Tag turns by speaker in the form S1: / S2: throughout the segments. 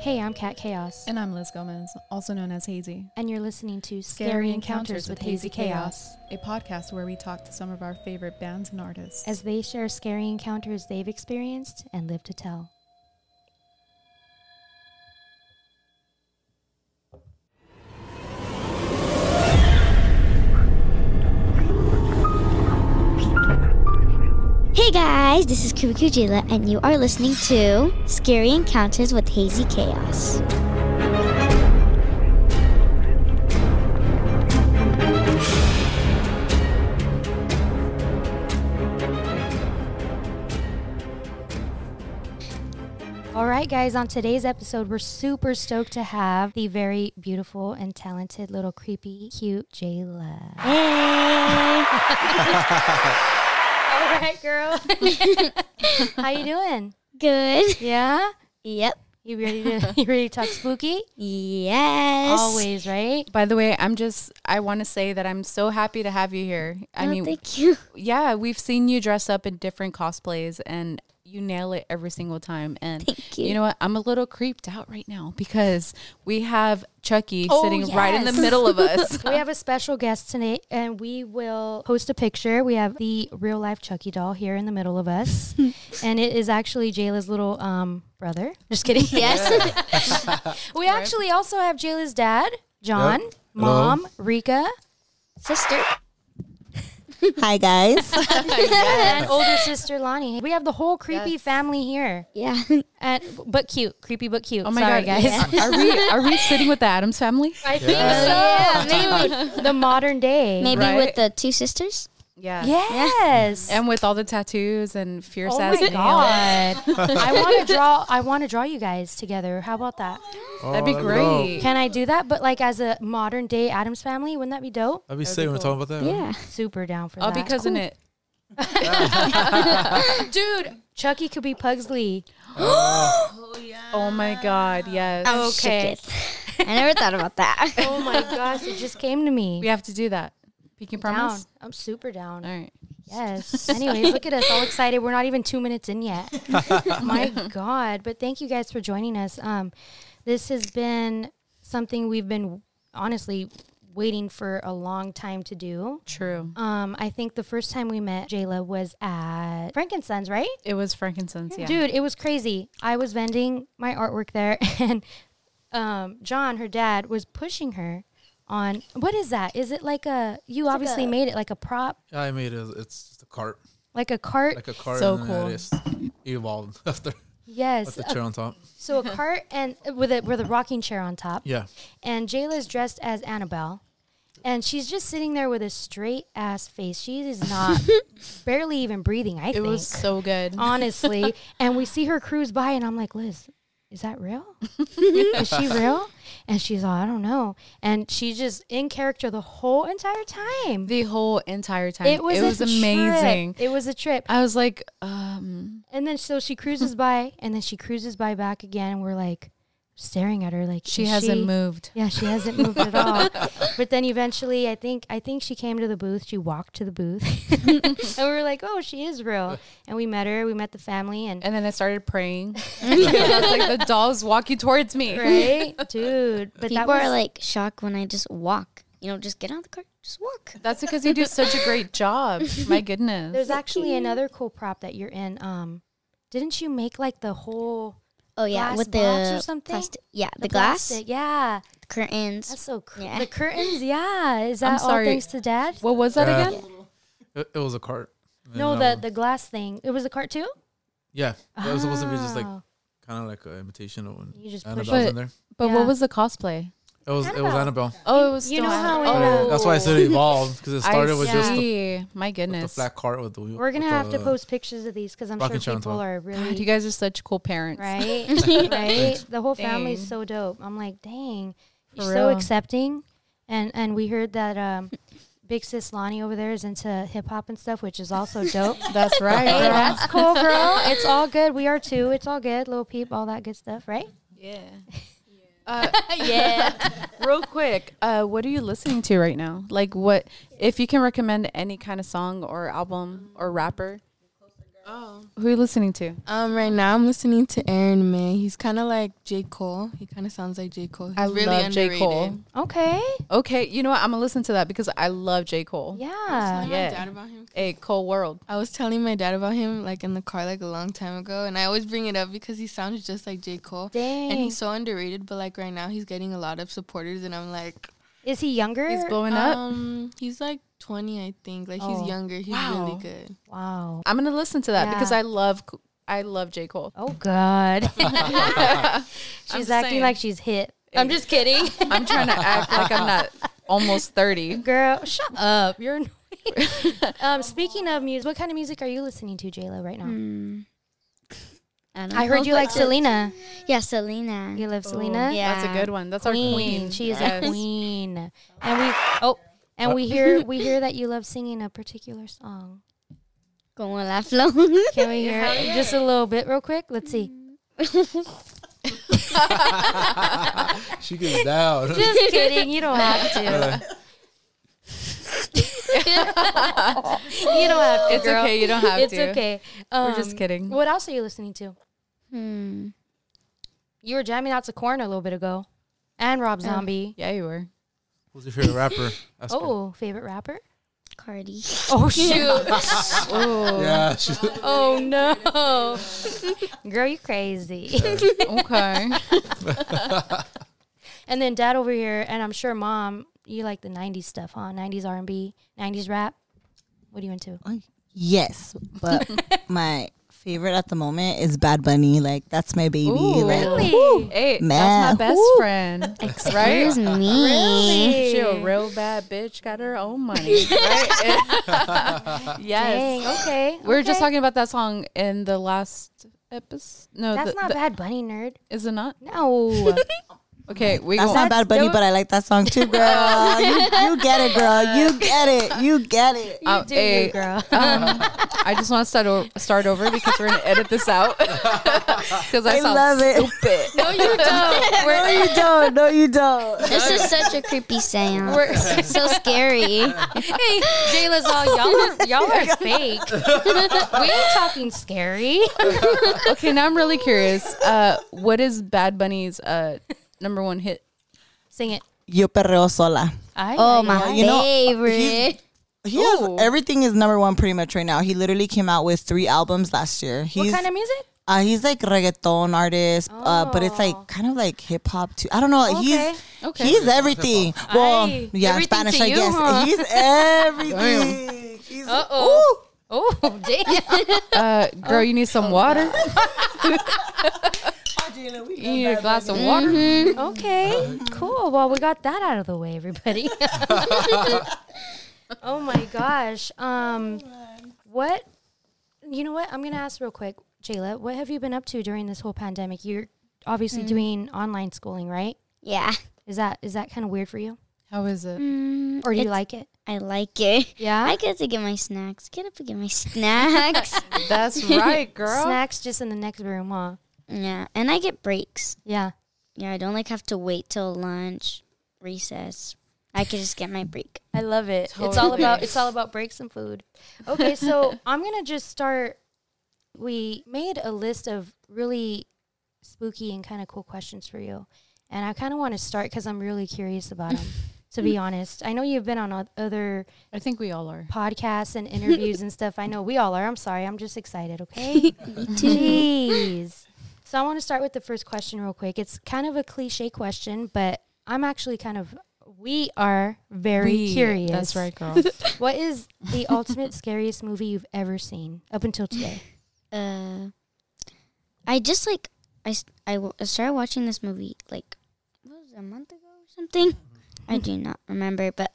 S1: Hey, I'm Kat Chaos,
S2: And I'm Liz Gomez, also known as Hazy.
S1: and you're listening to Scary Encounters with Hazy Chaos.
S2: a podcast where we talk to some of our favorite bands and artists.
S1: as they share scary encounters they've experienced and live to tell.
S3: Hey guys, this is Kubiku Jila, and you are listening to Scary Encounters with Hazy Chaos.
S1: All right, guys, on today's episode, we're super stoked to have the very beautiful and talented little creepy, cute Jayla. All right, girl. How you doing?
S3: Good.
S1: Yeah?
S3: Yep.
S1: You ready to you ready to talk spooky?
S3: Yes.
S1: Always, right?
S2: By the way, I'm just, I want to say that I'm so happy to have you here. I
S3: Oh,
S2: mean,
S3: thank you.
S2: yeah, we've seen you dress up in different cosplays and you nail it every single time. And
S3: Thank you.
S2: know what? I'm a little creeped out right now because we have Chucky sitting right in the
S1: yes.
S2: middle of us.
S1: We have a special guest tonight, and we will post a picture. We have the real life Chucky doll here in the middle of us, and it is actually Jayla's little um, brother. Just kidding.
S3: Yes.
S1: we actually also have Jayla's dad, John,
S4: Yep.
S1: mom, Rika,
S3: Sister.
S5: Hi guys.
S1: and older sister Lonnie. We have the whole creepy family here,
S3: Yeah.
S1: and but cute, creepy but cute.
S2: Oh my
S1: Sorry,
S2: God,
S1: guys.
S2: Are we are we sitting with the Adams family?
S1: I think so. Yeah, maybe the modern day.
S3: Maybe
S2: Right.
S3: with the two sisters?
S2: Yeah.
S1: Yes.
S2: And with all the tattoos and fierce
S1: Oh
S2: ass
S1: my
S2: nails.
S1: god! I want to draw. I want to draw you guys together. How about that?
S4: Oh,
S2: That'd be great.
S1: Can I do that? But like as a modern day Adams family, wouldn't that be dope?
S4: That'd be sick. We're talking about that.
S3: Yeah.
S1: Super down for
S2: I'll
S1: that.
S2: be cousin it.
S1: dude. Chucky could be Pugsley.
S2: Oh my god,
S1: Uh,
S2: yes.
S1: Okay.
S3: I never thought about that.
S1: Oh my gosh! It just came to me.
S2: We have to do that. Peking
S1: Down.
S2: promise?
S1: I'm super down.
S2: All right.
S1: Yes. Anyways, look at us all excited. We're not even two minutes in yet. My God. But thank you guys for joining us. Um, this has been something we've been honestly waiting for a long time to do.
S2: True.
S1: Um, I think the first time we met Jayla was at Frankenstein's, right?
S2: It was frankincense, yeah.
S1: Dude, it was crazy. I was vending my artwork there, and um, John, her dad, was pushing her on what is that? Is it like a you obviously made it like a prop,
S4: Yeah, I mean, it's, it's just a cart,
S1: like a cart?
S4: like a cart,
S2: So
S4: and then
S2: cool.
S4: it is evolved after with
S1: yes,
S4: the
S1: a-
S4: chair on top.
S1: so a cart and with a with a rocking chair on top.
S4: Yeah,
S1: and Jayla's dressed as Annabelle. And she's just sitting there with a straight ass face. She is not barely even breathing, I
S2: It
S1: think.
S2: was so good.
S1: honestly. and we see her cruise by, and I'm like, Liz, is that real? is she real? And she's all, I don't know. And she's just in character the whole entire time.
S2: The whole entire time.
S1: it was, a trip.
S2: amazing.
S1: It was a trip.
S2: I Mm. was like, um,
S1: And then so she cruises by, and then she cruises by back again. And we're like staring at her, like
S2: she
S1: is
S2: hasn't
S1: she-
S2: moved.
S1: Yeah, she hasn't moved at all. But then eventually, I think I think she came to the booth. She walked to the booth, and we were like, "Oh, she is real." And we met her. We met the family, and
S2: And then I started praying. I was like, the doll's walking towards me.
S1: right, dude. But that
S3: People
S1: was
S3: are like shocked when I just walk. You know, just get out of the car, just walk.
S2: That's because you do such a great job. My goodness.
S1: there's actually another cool prop that you're in. Um, didn't you make like the whole
S3: Oh yeah,
S1: Glass
S3: with
S1: box or
S3: the
S1: something?
S3: plastic. Yeah, the, glass
S1: plastic? Yeah,
S3: curtains.
S1: that's so cool.
S3: Yeah.
S1: The curtains, yeah. Is
S2: I'm
S1: that all
S2: sorry.
S1: thanks to dad?
S2: what was that
S4: Yeah.
S2: again?
S4: it, it was a cart. And
S1: No,
S4: then,
S1: the
S4: um,
S1: the glass thing. It was a cart too.
S4: yeah, that was supposed to be just like
S1: Oh.
S4: kind of like an imitation of when
S1: You just push
S4: Annabelle's
S2: it.
S4: in there.
S2: But
S1: Yeah.
S2: what was the cosplay?
S4: It was it was Annabelle.
S2: Oh, it was
S1: You
S2: still
S1: know how in,
S2: Annabelle.
S1: uh,
S4: Yeah, that's why I said it evolved because it started with just the,
S2: see. my
S4: with the
S2: goodness.
S4: flat cart with the wheel.
S1: We're gonna
S4: with
S1: have to
S4: the-
S1: post pictures of these because I'm sure
S4: Rocket Challenge
S1: people
S4: one.
S1: are really.
S2: God, you guys are such cool parents.
S1: right? right? The whole family's
S2: Dang.
S1: so dope. I'm like, dang,
S2: For
S1: you're so
S2: real.
S1: accepting. And and we heard that um, big sis Lonnie over there is into hip hop and stuff, which is also dope.
S2: That's right.
S1: Hey,
S2: girl.
S1: that's cool, girl. It's all good. We are too. It's all good. Little peep, all that good stuff, right?
S2: Yeah. yeah. Real quick, uh, what are you listening to right now? Like, what if you can recommend any kind of song or album or rapper?
S6: Oh.
S2: Who are you listening to?
S6: Um, right now I'm listening to Aaron May. He's kind of like J. Cole. He kind of sounds like J. Cole. He's
S2: I
S6: really
S2: love J.
S6: underrated.
S2: Cole.
S1: Okay.
S2: Okay, you know what? I'm gonna listen to that because I love J. Cole.
S1: Yeah.
S6: Telling
S2: Yeah.
S6: my dad about him.
S2: Hey, Cole World.
S6: I was telling my dad about him like in the car like a long time ago, and I always bring it up because he sounds just like J. Cole, and
S1: Dang.
S6: he's so underrated. But like right now, he's getting a lot of supporters, and I'm like,
S1: Is he younger?
S2: He's blowing up.
S6: um, he's like 20, I think. Like
S1: Oh.
S6: he's younger. He's
S2: Wow.
S6: really good.
S1: wow.
S2: I'm gonna listen to that
S1: Yeah.
S2: because I love I love J. Cole.
S1: Oh God. she's
S2: just
S1: acting
S2: saying.
S1: like she's hit. I'm just kidding.
S2: I'm trying to act like I'm not almost 30.
S1: Girl, shut up. You're annoying. um, speaking of music, what kind of music are you listening to, JLo, right now?
S5: I, don't
S1: I heard
S5: know,
S1: you like
S5: but-
S1: Selena.
S3: Yeah, Selena.
S1: You love Selena?
S5: yeah.
S2: That's a good one. That's
S1: Oh, Queen.
S2: our queen.
S1: She is
S2: Yes.
S1: a queen. And we oh and we hear we hear that you love singing a particular song.
S5: Como la flor.
S1: Can we hear it? just a little bit real quick? Let's see.
S4: She gets down.
S1: Just kidding, you don't have to. You don't have to.
S2: It's
S1: girl.
S2: okay. You don't have
S1: it's
S2: to.
S1: okay.
S2: We're just
S1: Um,
S2: kidding.
S1: What else are you listening to?
S5: Hmm.
S1: You were jamming out to Corn a little bit ago, and Rob
S2: Oh.
S1: Zombie.
S2: Yeah, you were.
S4: Who's your favorite rapper? Ask her.
S1: Oh, favorite rapper?
S5: Cardi.
S1: Oh shoot!
S4: Yeah. She's,
S1: oh no, girl, you crazy.
S2: Okay.
S1: and then Dad over here, and I'm sure Mom, you like the '90s stuff, huh? '90s R&B, '90s rap. What are you into?
S5: Yes, but my favorite at the moment is Bad Bunny. Like that's my baby. Like,
S1: Really?
S2: Hey,
S5: Man.
S2: that's my best
S5: Woo.
S2: friend.
S5: Excuse me.
S1: Really?
S2: She a real bad bitch. Got her own money. Right? yes.
S1: Dang. Okay.
S2: We were just
S1: okay.
S2: talking about that song in the last episode. No,
S1: That's
S2: the,
S1: not
S2: the-
S1: Bad Bunny nerd.
S2: Is it not?
S1: No.
S2: Okay, we
S5: That's
S2: go.
S5: not Bad Bunny,
S1: dope.
S5: but I like that song too, girl. you, you get it, girl. You get it. You get it.
S1: you do,
S2: Oh, hey.
S1: you, girl.
S2: Um, I just want to start over, start over because we're gonna edit this out because I,
S5: I
S2: sound
S5: love it.
S2: stupid. No, you
S1: don't.
S5: No, you don't. No, you don't.
S3: This is such a creepy sound. so scary.
S1: hey, Jayla's all y'all. Are, y'all are fake. we ain't talking scary.
S2: Okay, now I'm really curious. Uh, what is Bad Bunny's uh, number one hit?
S1: Sing it.
S5: Yo perreo sola.
S1: I,
S3: Oh my
S5: You know,
S3: favorite.
S5: He has
S2: Ooh.
S5: everything is number one pretty much right now. He literally came out with three albums last year.
S1: What
S5: He's
S1: kind of music?
S5: uh, he's like reggaeton artist, uh, but it's
S1: Oh.
S5: like kind of like hip hop too. I don't know. He's
S2: Okay.
S5: he's everything. Well,
S1: Ay,
S5: yeah,
S1: everything
S5: Spanish,
S1: to
S5: I
S1: you,
S5: guess.
S1: huh?
S5: He's everything. He's,
S1: Uh oh. Oh damn.
S2: Uh, girl, you need some water. You need a glass of water.
S3: Mm-hmm.
S1: okay. Cool. Well, we got that out of the way, everybody. oh my gosh. Um, what? You know what? I'm gonna ask real quick, Jayla. What have you been up to during this whole pandemic? You're obviously doing online schooling, right?
S3: Yeah.
S1: Is that is that kind of weird for you,
S2: How is it?
S3: Mm,
S1: or do you
S3: it's-
S1: like it?
S3: I like it.
S1: Yeah.
S3: I get to get my snacks. Get up and get my snacks.
S2: That's right, girl.
S1: Snacks just in the next room, huh?
S3: yeah, and I get breaks.
S1: Yeah.
S3: Yeah, I don't like have to wait till lunch, recess. I could just get my break.
S1: I love it. It's all
S2: Totally.
S1: about it's all about breaks and food. Okay, so I'm gonna just start. We made a list of really spooky and kind of cool questions for you, and I kind of want to start because I'm really curious about them. to be honest, I know you've been on oth- other
S2: I think we all are.
S1: podcasts and interviews and stuff. I know we all are. I'm sorry. I'm just excited. Okay. Jeez. So I want to start with the first question real quick. It's kind of a cliche question, but I'm actually kind of. We are very
S2: We-
S1: curious.
S2: That's right, girl.
S1: What is the ultimate scariest movie you've ever seen up until today?
S3: Uh, I just like I s- I w- I started watching this movie like what was it, a month ago or something.
S1: Mm-hmm.
S3: I do not remember, but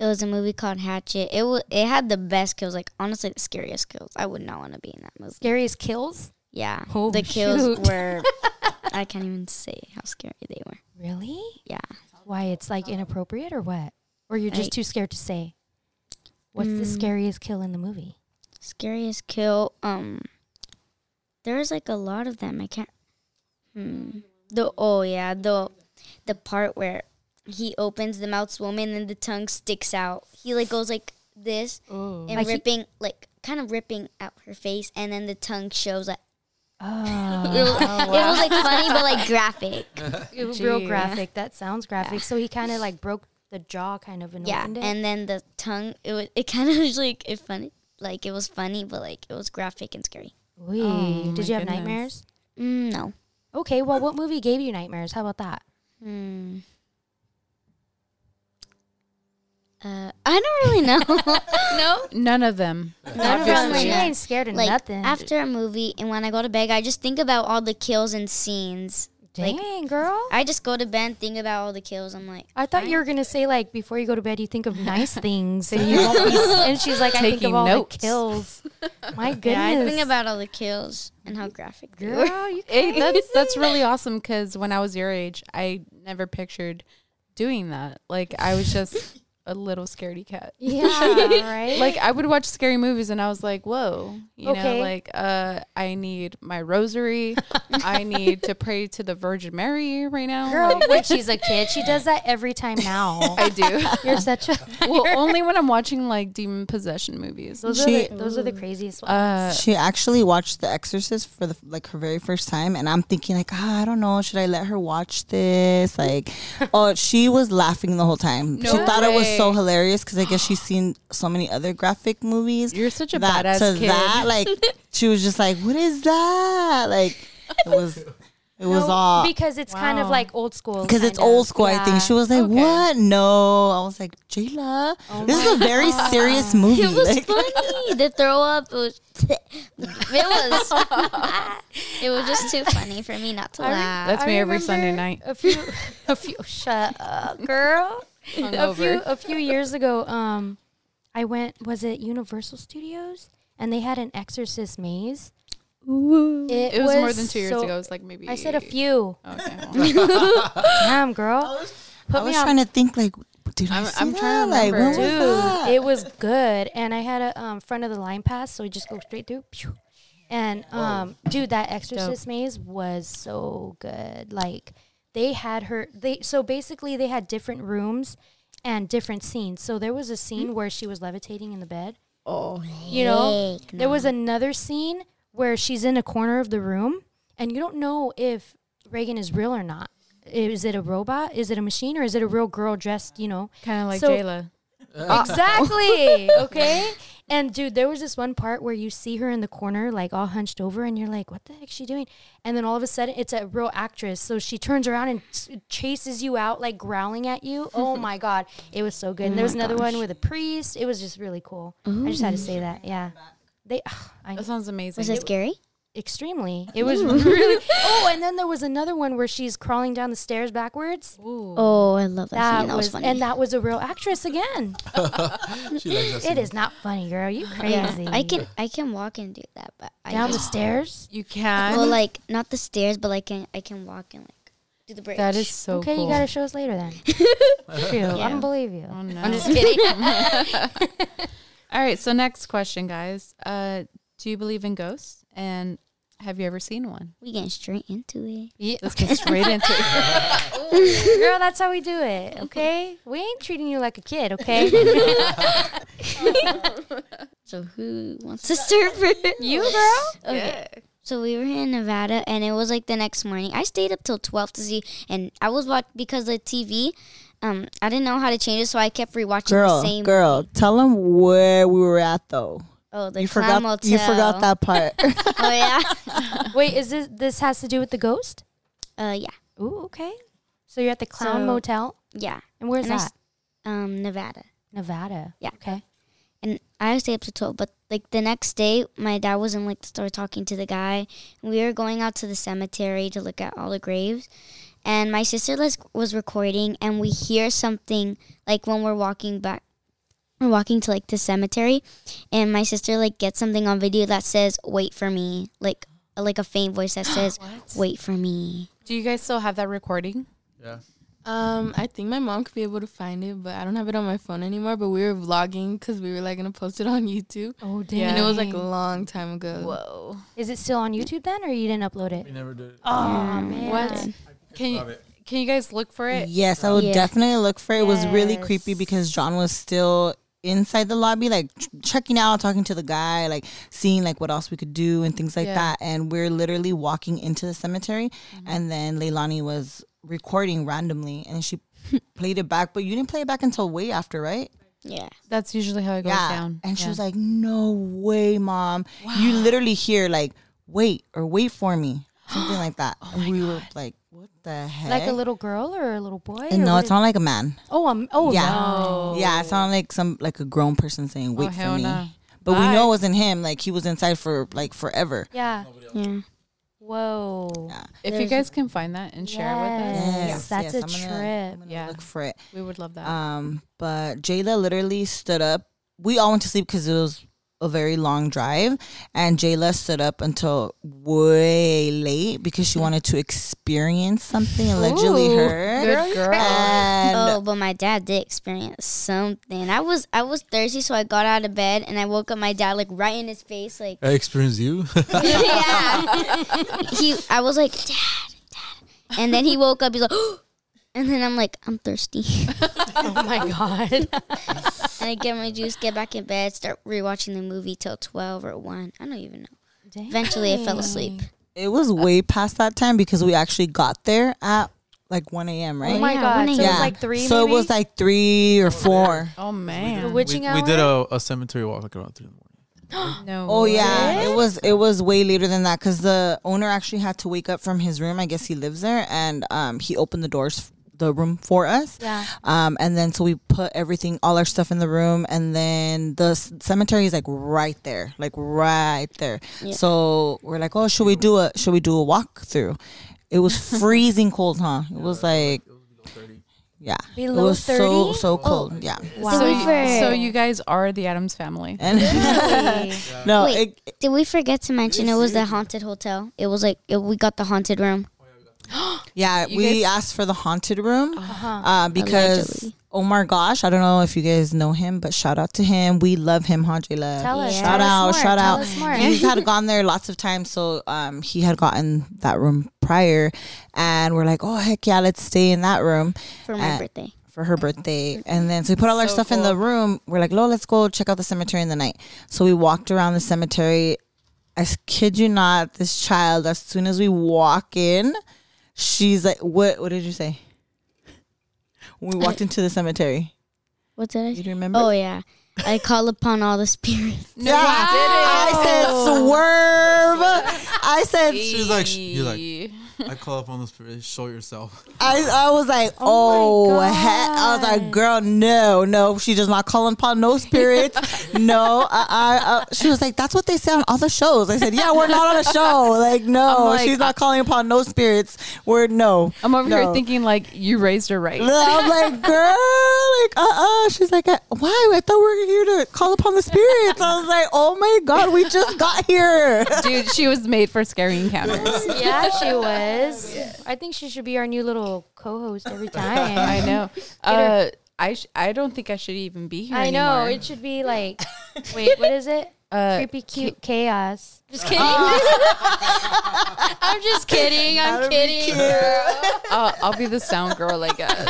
S3: it was a movie called Hatchet. It wa it had the best kills, like honestly the scariest kills. I would not want to be in that movie.
S1: Scariest kills?
S3: Yeah,
S1: Oh,
S3: the kills
S1: shoot.
S3: were. I can't even say how scary they were.
S1: Really?
S3: Yeah.
S1: Why it's like inappropriate or what? Or you're just
S3: Like-
S1: too scared to say? What's the
S3: Mm.
S1: scariest kill in the movie?
S3: Scariest kill. Um, there was like a lot of them. I can't. Hmm. The oh yeah the the part where he opens the mouth's woman and the tongue sticks out. He like goes like this and
S1: Like he-
S3: ripping like kind of ripping out her face, and then the tongue shows like
S2: Ah,
S1: Oh,
S3: it, was, it was like funny but like graphic.
S1: real
S2: Gee.
S1: graphic. That sounds graphic. So he kind of like broke the jaw, kind of, and
S3: yeah,
S1: opened it.
S3: and then the tongue it was it kind of was like it funny like it was funny but like it was graphic and scary.
S1: Wee.
S2: Oh, my
S1: Did you have
S2: goodness.
S1: nightmares?
S3: Mm, no.
S1: Okay, well, what movie gave you nightmares? How about that?
S3: Hmm. Uh, I don't really know.
S2: No, none of them.
S1: None of them.
S3: Obviously,
S1: She
S3: yeah.
S1: ain't scared of
S3: like
S1: nothing.
S3: after a movie, and when I go to bed, I just think about all the kills and scenes.
S1: Dang,
S3: like-
S1: girl.
S3: I just go to bed, think about all the kills. I'm like,
S1: I thought you were gonna say like before you go to bed, you think of nice things, and you won't be. And she's like, I think of
S2: Taking
S1: all
S2: notes.
S1: the kills. My goodness,
S3: yeah, I think about all the kills and how graphic they were.
S1: girl. You
S2: It- that's that's really awesome because when I was your age, I never pictured doing that. Like I was just a little scaredy cat.
S1: yeah, right.
S2: Like I would watch scary movies and I was like, "Whoa!" You know,
S1: Okay.
S2: like uh, I need my rosary. I need to pray to the Virgin Mary right now.
S1: girl,
S2: Like,
S1: when she's a kid, she does that every time now.
S2: I do.
S1: You're such a.
S2: well, oh, only when I'm watching like demon possession movies.
S1: Those
S5: She-
S1: are the, those are the craziest ones.
S2: Uh,
S5: She actually watched The Exorcist for the like her very first time, and I'm thinking like, ah, I don't know, should I let her watch this? Like, oh, she was laughing the whole time. she
S2: No
S5: thought it was so
S2: way.
S5: hilarious because I guess she's seen so many other graphic movies.
S2: you're such a
S5: that
S2: badass
S5: to
S2: kid.
S5: that, like, she was just like, what is that? Like, it was, it was uh,
S1: No,
S5: all
S1: because it's kind of
S2: Wow.
S1: like old school.
S5: because it's
S1: kind of.
S5: old school. I think she was like,
S2: Okay. Oh
S5: what? No, I was like, Jayla, this is a very serious movie.
S3: It was
S5: Like,
S3: funny. the throw up was. It was. it was just too funny for me not to
S1: I re-
S3: laugh.
S2: That's
S1: I
S2: me every Sunday
S1: remember
S2: night.
S1: A few, a few. Shut up, girl. a few, a few years ago, um, I went. Was it Universal Studios? And they had an Exorcist maze.
S2: It was, more than two years
S1: so-
S2: ago. It was like maybe
S1: I said a few.
S2: Okay. well.
S1: Damn, girl. Put
S5: I
S1: me
S5: was
S1: on
S5: trying to think like, did i
S6: I'm-
S5: see
S6: I'm trying to
S5: that? Like,
S6: remember.
S5: when was that?
S1: It was good, and I had a um, front of the line pass, so I just go straight through. pew. And um, dude, that Exorcist maze was so good. Like they had her. They so basically they had different rooms and different scenes. So there was a scene where she was levitating in the bed. Oh, you know,
S3: heck
S1: there was another scene where she's in a corner of the room, and you don't know if Reagan is real or not. Is it a robot? Is it a machine? Or is it a real girl dressed? You know,
S2: Kind of like
S1: So-
S2: Jayla.
S3: Uh,
S1: Exactly. okay. And dude, there was this one part where you see her in the corner, like all hunched over, and you're like, "What the heck is she doing?" And then all of a sudden, it's a real actress. So she turns around and s- chases you out, like growling at you. Oh my god, it was so good.
S3: Oh
S1: and there was another one with a priest. It was just really cool. I just had to say that. Yeah. They, ugh, I,
S2: That sounds amazing.
S3: Was it scary?
S1: extremely. It was really. Oh, and then there was another one where she's crawling down the stairs backwards.
S3: Oh, I love that.
S1: That
S3: scene. That was,
S1: was,
S3: funny.
S1: and that was a real actress again.
S4: She likes us.
S1: It is not funny, girl. You
S3: yeah,
S1: crazy.
S3: I can I can walk and do that, but I
S1: down the
S3: just-
S1: stairs.
S2: You can.
S3: well, like not the stairs, but like can, I can walk and like do the bridge.
S2: that is so
S1: okay,
S2: cool.
S1: you gotta show us later then. True, I don't believe you.
S2: Oh, no.
S1: I'm just kidding.
S2: All right. So next question, guys. Uh, do you believe in ghosts? And have you ever seen one?
S3: we getting straight into it.
S2: Let's get straight into it.
S1: Girl, that's how we do it. Okay, we ain't treating you like a kid. Okay,
S3: So who wants to start first?
S1: you girl.
S3: Okay. So we were in Nevada, and it was like the next morning. I stayed up till twelve to see, and I was watch because the TV. Um, I didn't know how to change it, so I kept rewatching the
S5: girl,
S3: same.
S5: girl, tell them where we were at though.
S3: Oh, the
S5: you
S3: Clown
S5: forgot. You
S3: Motel.
S5: forgot that part.
S3: Oh yeah.
S1: Wait, is this this has to do with the ghost?
S3: uh, yeah,
S1: Ooh, okay. So you're at the Clown
S3: So-
S1: Motel,
S3: yeah.
S1: and where's
S3: And I
S1: that?
S3: s- Um, Nevada.
S1: Nevada.
S3: Yeah.
S1: Okay.
S3: and I stayed up to twelve. But like the next day, my dad was in like the store talking to the guy. We were going out to the cemetery to look at all the graves, and my sister les- was recording, and we hear something like when we're walking back. We're walking to like the cemetery, and my sister like gets something on video that says "Wait for me," like like a faint voice that says "Wait for me."
S2: Do you guys still have that recording?
S4: Yeah.
S6: Um, I think my mom could be able to find it, but I don't have it on my phone anymore. But we were vlogging because we were like gonna post it on YouTube,
S1: Oh damn.
S2: Yeah.
S6: and it was like a long time ago.
S2: Whoa.
S1: Is it still on YouTube then, or you didn't upload
S4: We
S1: it?
S4: never did.
S1: Oh man.
S2: What? Can you can you guys look for it?
S5: yes, I would
S3: Yeah.
S5: definitely look for it. It was really
S1: Yes.
S5: creepy because John was still inside the lobby, like ch- checking out, talking to the guy, like seeing like what else we could do and things like
S2: Yeah.
S5: that. And we're literally walking into the cemetery,
S6: Mm-hmm.
S5: and then Leilani was recording randomly, and she played it back, but you didn't play it back until way after, right?
S3: Yeah.
S2: That's usually how it goes down.
S5: And she
S2: Yeah.
S5: was like, "No way, mom! You literally hear like wait or wait for me, something like that." and we were like, "What the
S1: Oh
S5: heck?"
S1: Like a little girl or a little boy?
S5: And
S1: or
S5: no,
S1: what
S5: it
S1: is-
S5: sounded like a man.
S1: Oh, um, oh,
S5: Yeah.
S1: no.
S5: Yeah, it sounded like some like a grown person
S1: Oh,
S5: saying, "Wait for
S2: Oh, hell
S5: me."
S2: no.
S5: But we
S2: Bye.
S5: know it wasn't him. Like he was inside for like forever.
S1: Yeah.
S3: Yeah.
S1: Whoa.
S5: Yeah.
S2: If you
S3: There's-
S2: guys can find that and share it with us,
S1: Yes,
S5: Yes,
S1: that's
S5: yes,
S1: a
S5: I'm gonna- I'm
S1: trip.
S5: gonna
S2: Yeah.
S5: look for it.
S2: we would love that.
S5: Um, but Jayla literally stood up. We all went to sleep because it was a very long drive, and Jayla stood up until way late because she wanted to experience something allegedly
S2: Ooh,
S5: her.
S2: Good girl.
S5: And
S3: oh, but my dad did experience something. I was I was thirsty, so I got out of bed and I woke up my dad like right in his face, like
S4: I experienced you.
S3: yeah. he, I was like, Dad, Dad, and then he woke up. He's like, and then I'm like, I'm thirsty.
S1: Oh my god.
S3: and I get my juice, get back in bed, start rewatching the movie till twelve or one. I don't even know. Eventually, I fell asleep.
S5: it was way past that time because we actually got there at like 1 a.m.
S1: Oh
S5: Right?
S1: my
S3: Yeah,
S1: god.
S3: when I-
S1: So it
S5: yeah.
S1: was like three.
S5: So
S1: maybe?
S5: it was like three or four.
S2: oh man.
S1: witching
S4: we,
S1: hour.
S4: we did a, a cemetery walk like around three in the morning.
S2: No.
S5: Oh
S2: way.
S5: yeah, it was it was way later than that because the owner actually had to wake up from his room. I guess he lives there, and um, he opened the doors, the room for us.
S1: Yeah.
S5: Um, and then so we put everything, all our stuff in the room, and then the c- cemetery is like right there, like right there. So we're like, oh, should we do a should we do a walk through? It was freezing cold, huh? It was like, yeah,
S1: Below Oh.
S5: it was so
S1: 30?
S5: so cold, yeah.
S1: Wow.
S2: So, you,
S3: Wow.
S2: so you guys are the Adams family.
S5: And
S1: Really?
S5: no,
S3: Wait.
S5: it,
S3: Did we forget to mention it was the haunted hotel? It was like it, we got the haunted room.
S5: Yeah,
S2: You
S5: we
S2: guys-
S5: asked for the haunted room
S1: Uh-huh.
S5: uh, because
S3: Allegedly.
S5: oh my gosh, I don't know if you guys know him, but shout out to him. We love him, Hajela.
S1: Tell us.
S3: Yeah.
S5: Shout
S1: tell
S5: out,
S1: us more,
S5: shout
S1: tell
S5: out.
S1: Us more.
S5: He's had gone there lots of times, so um, he had gotten that room prior, and we're like, oh heck yeah, let's stay in that room
S3: for my
S5: Uh,
S3: birthday.
S5: for her birthday. And then so we put all our
S2: So
S5: stuff in the
S2: cool.
S5: room. We're like, Lo, let's go check out the cemetery in the night. So we walked around the cemetery. I s- kid you not, this child, as soon as we walk in, she's like, What what did you say? When we walked into the cemetery.
S3: What did I?
S5: You
S3: Say?
S5: remember?
S3: Oh yeah, I call upon all the spirits.
S2: No,
S5: I said swerve. I said
S4: She's like, sh- you're like, I call up on the spirit, show yourself.
S5: I, I was like,
S1: Oh
S5: oh,
S1: my
S5: he-" I was like, girl, no, no, she does not call upon no spirits. no, I, I, uh, she was like, that's what they say on all the shows. I said, yeah, we're not on a show. Like, no,
S2: I'm like- uh,
S5: she's not calling upon no spirits. We're no.
S2: I'm over
S5: No.
S2: here thinking like you raised her right.
S5: I'm like, girl, like, uh uh She's like, "Uh, why? I thought we were here to call upon the spirits. I was like, oh my God, we just got here.
S2: Dude, she was made for scary encounters.
S1: yeah, she was. I think she should be our new little co-host every time.
S2: I
S1: I,
S2: know. Uh, I sh- I don't think I should even be here.
S1: know.
S2: anymore.
S1: It should be like, wait, what is it?
S2: Uh,
S1: Creepy cute chaos.
S5: Oh.
S1: Just kidding. I'm just kidding. I'm kidding.
S2: I'll, I'll be the sound girl, I guess.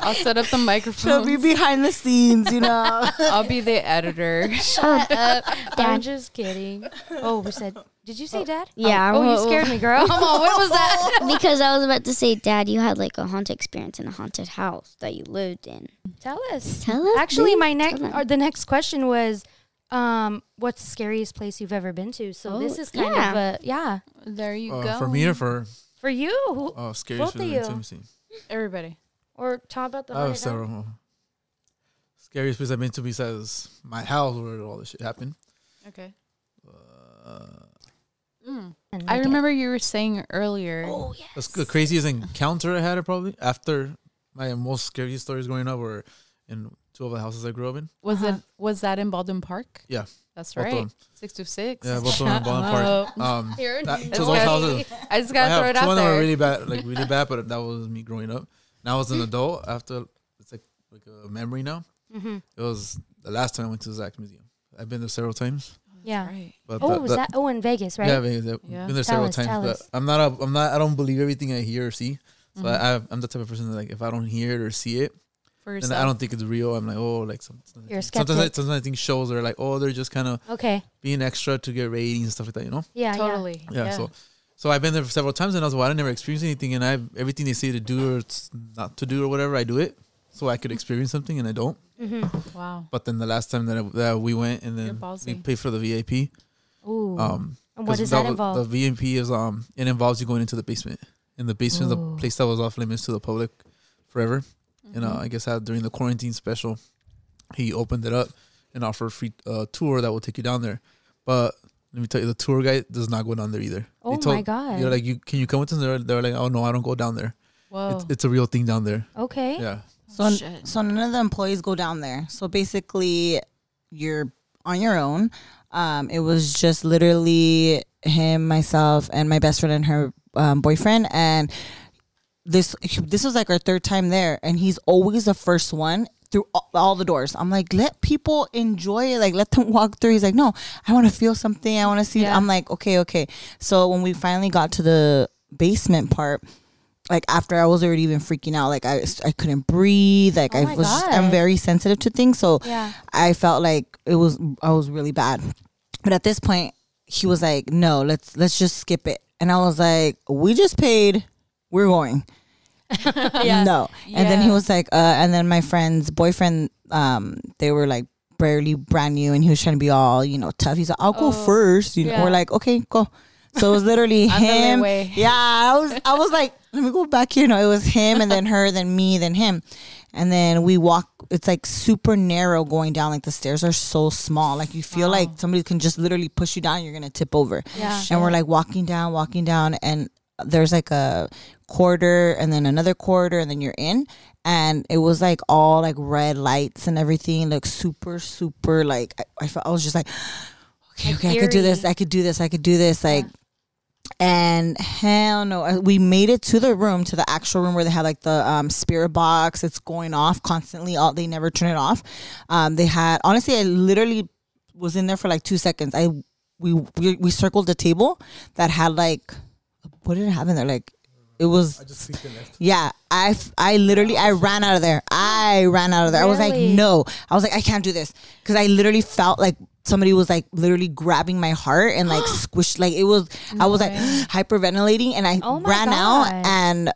S2: I'll set up the
S5: She'll be
S2: microphone.
S5: behind the scenes, you know.
S2: I'll be the editor.
S1: Uh, I'm just kidding. Oh, we said. Did you say dad?
S3: Yeah,
S1: Oh,
S3: well,
S1: you scared me, girl. Come on, what was that?
S3: because I was about to say, Dad, you had like a haunted experience in a haunted house that you lived in.
S1: Tell us.
S3: Tell us.
S1: Actually,
S3: babe.
S1: my next
S3: Tell us.
S1: or the next question was, um, what's the scariest place you've ever been to? So
S3: Oh,
S1: this is kind
S3: yeah.
S1: of a yeah
S6: There you
S4: Uh,
S6: go.
S4: for me or for
S1: for you who-
S4: uh, scary
S1: Both
S4: for
S1: of
S4: the
S1: you.
S4: intimacy?
S2: Everybody.
S1: or talk about the
S4: I have
S1: haunted house.
S4: several. Scariest place I've been to besides my house where all this shit happened.
S2: Okay.
S4: Uh,
S1: And
S2: I
S1: like it.
S2: remember you were saying earlier.
S1: Oh yeah.
S4: That's the craziest encounter I had probably after my most scary stories growing up were in two of the houses I grew up in.
S2: Was it was that in Baldwin Park?
S4: Yeah.
S2: That's
S4: Both of
S2: right.
S4: them.
S2: Six to six.
S4: Yeah, both of them in Baldwin Park. Um, that, to those
S2: good.
S4: houses,
S2: I just
S4: I
S2: gotta throw
S4: have
S2: it
S4: two
S2: out
S4: of them
S2: there.
S4: are really bad, like really bad, but that was me growing up. Now as an adult, after it's like like a memory now.
S1: Mm-hmm.
S4: It was the last time I went to the Zach Museum. I've been there several times,
S1: Yeah.
S2: Right.
S4: but
S1: Oh,
S4: that-
S1: was
S4: that-
S1: that? Oh, in Vegas, right?
S4: Yeah, I've been there,
S2: Yeah.
S4: been there
S1: Tell
S4: several
S1: us, tell
S4: times,
S1: us.
S4: but I'm not a, I'm
S1: Mm-hmm.
S4: not, I don't believe everything I hear or see. So I, I'm the type of person that like if I don't hear it or see it,
S2: for
S4: And
S2: yourself.
S4: I don't think it's real. I'm like, oh, like some,
S1: You're a
S4: sometimes I,
S1: skeptic.
S4: sometimes I think shows are like, oh, they're just kind of
S1: Okay.
S4: being extra to get ratings and stuff like that, you know?
S1: Yeah. yeah.
S2: totally.
S4: Yeah. So, so I've been there several times, and I was well, I never experienced anything, and I have everything they say to do or it's not to do or whatever, I do it, so I could
S1: Mm-hmm.
S4: experience something, and I don't.
S2: wow.
S4: But then the last time that, I, that we went, and
S2: You're
S4: then we
S2: ballsy.
S4: paid for the VIP.
S1: Ooh.
S4: Um,
S1: and what
S4: 'cause
S1: does that
S4: was-
S1: involve?
S4: The VIP is um, it involves you going into the basement, and the basement is
S1: Ooh.
S4: a place that was off limits to the public forever. And
S1: Mm-hmm.
S4: uh, I guess how during the quarantine special, he opened it up and offered a free uh, tour that will take you down there. But let me tell you, the tour guide does not go down there either.
S1: oh
S4: They
S1: my
S4: told-
S1: god.
S4: You're like, you can you come with us? They're, they're like, oh no, I don't go down there.
S2: Whoa.
S4: It's, it's a real thing down there.
S1: okay.
S4: Yeah,
S5: So, n-
S2: Shit.
S5: so none of the employees go down there. So basically, you're on your own. Um, it was just literally him, myself, and my best friend and her um, boyfriend. And this this was like our third time there, and he's always the first one through all, all the doors. I'm like, let people enjoy it. Like, let them walk through. He's like, no, I want to feel something. I want to see.
S2: Yeah.
S5: I'm like, okay, okay. So when we finally got to the basement part, like after I was already even freaking out, like I, I couldn't breathe, like
S1: Oh
S5: I
S1: my
S5: was just, I'm
S1: God.
S5: very sensitive to things, so
S1: Yeah.
S5: I felt like it was I was really bad. But at this point, he was like, "No, let's let's just skip it," and I was like, "We just paid, we're going." No, and then he
S2: Yeah.
S5: was like, uh, and then my friend's boyfriend, um, they were like barely brand new, and he was trying to be all you know tough. He's like, "I'll go
S2: Oh,
S5: first. You know, we're
S2: yeah.
S5: like, "Okay, go." So it was
S2: I'm
S5: literally
S2: the other
S5: him.
S2: way.
S5: Yeah, I was I was like, let me go back here. No, it was him and then her, then me, then him. And then we walk it's like super narrow going down. Like the stairs are so small. Like you feel like somebody can just literally push you down, you're gonna tip over.
S1: Yeah.
S5: And we're like walking down, walking down, and there's like a quarter and then another quarter and then you're in. And it was like all like red lights and everything, like super, super like I, I felt I was just like Okay,
S1: Like
S5: okay, I could do this,
S1: eerie.
S5: I could do this, I could do this, like and hell no uh, we made it to the room to the actual room where they had like the um, spirit box it's going off constantly all they never turn it off um, they had honestly i literally was in there for like two seconds i we we, we circled the table that had like what did it have in there like it was yeah i f- i literally i ran out of there i ran out of there i was like
S1: Really?
S5: no i was like i can't do this because i literally felt like somebody was like literally grabbing my heart and like squished like it was i was like hyperventilating and i
S1: Oh my
S5: ran
S1: God.
S5: out and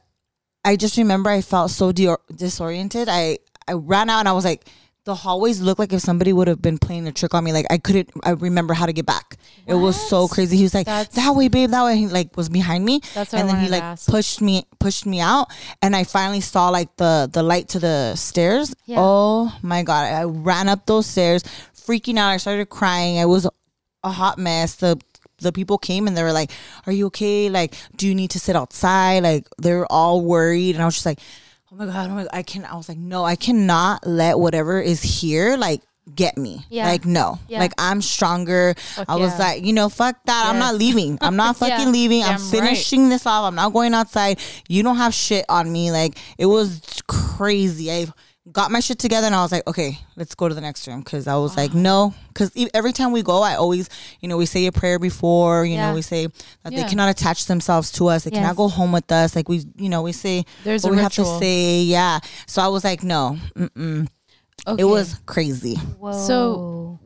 S5: i just remember i felt so de- disoriented i i ran out and i was like the hallways looked like if somebody would have been playing a trick on me. Like I couldn't, I remember how to get back. It was so crazy. He was like
S2: That's-
S5: that way, babe, that way. He like was behind me,
S2: That's what I
S5: and then he
S2: wanted to
S5: like
S2: ask.
S5: pushed me, pushed me out, and I finally saw like the the light to the stairs.
S1: Yeah.
S5: Oh my god! I ran up those stairs, freaking out. I started crying. I was a hot mess. The the people came and they were like, "Are you okay? Like, do you need to sit outside?" Like, they were all worried, and I was just like, "Oh my god, oh my god I can." I was like, "No, I cannot let whatever is here like get me.
S1: Yeah.
S5: Like, no,
S1: Yeah.
S5: like I'm stronger." I was
S2: yeah.
S5: like, "You know, fuck that. I'm not leaving. I'm not fucking leaving. I'm
S2: Damn right.
S5: finishing this off. I'm not going outside. You don't have shit on me." Like, it was crazy. I. Got my shit together and I was like, okay, let's go to the next room because I was like, no, because every time we go, I always, you know, we say a prayer before, you
S1: Yeah.
S5: know, we say that
S2: Yeah.
S5: they cannot attach themselves to us, they
S1: Yes.
S5: cannot go home with us. Like we, you know, we say
S2: There's
S5: what
S2: a
S5: we
S2: ritual.
S5: have to say, yeah. So I was like, no, mm-mm.
S2: Okay.
S5: it was crazy.
S1: Whoa.
S2: So-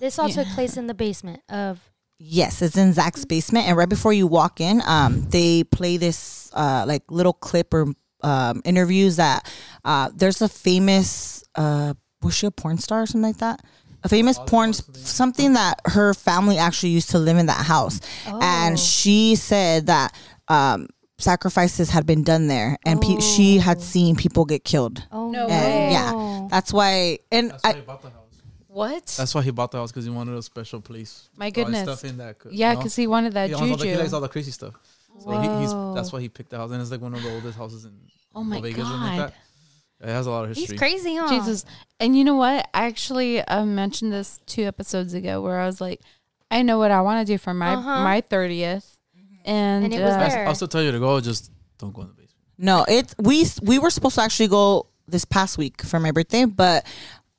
S1: this all took place in the basement of
S5: Yes, it's in Zach's basement, and right before you walk in, um, they play this uh, like little clip or um, interviews that uh, there's a famous uh, was she a porn star or something like that? A famous porn something that her family actually used to live in that house,
S1: Oh.
S5: and she said that um, sacrifices had been done there, and pe- she had seen people get killed.
S1: oh no,
S2: No way.
S5: And yeah,
S1: Oh.
S5: that's why. And I,
S4: bought the house.
S2: what?
S4: That's why he bought the house because he wanted a special place.
S2: My
S4: with all his
S2: Oh, goodness.
S4: Stuff in that. could-
S2: yeah,
S4: you know?
S2: because he wanted that
S4: he, wants all the, he likes
S2: juju.
S4: all the crazy stuff. So he, he's
S1: Whoa.
S4: that's why he picked the house, and it's like one of the oldest houses in
S2: Oh my
S4: Vegas and like
S2: god,
S4: that. It has a lot of history.
S1: he's crazy, huh?
S2: Jesus! And you know what? I actually uh, mentioned this two episodes ago, where I was like, I know what I want to do for my
S1: Uh-huh.
S2: my 30th, and,
S1: And it was
S2: uh,
S4: I s-
S1: there.
S4: I'll still tell you to go. Just don't go in the basement.
S5: No, it's we we were supposed to actually go this past week for my birthday, but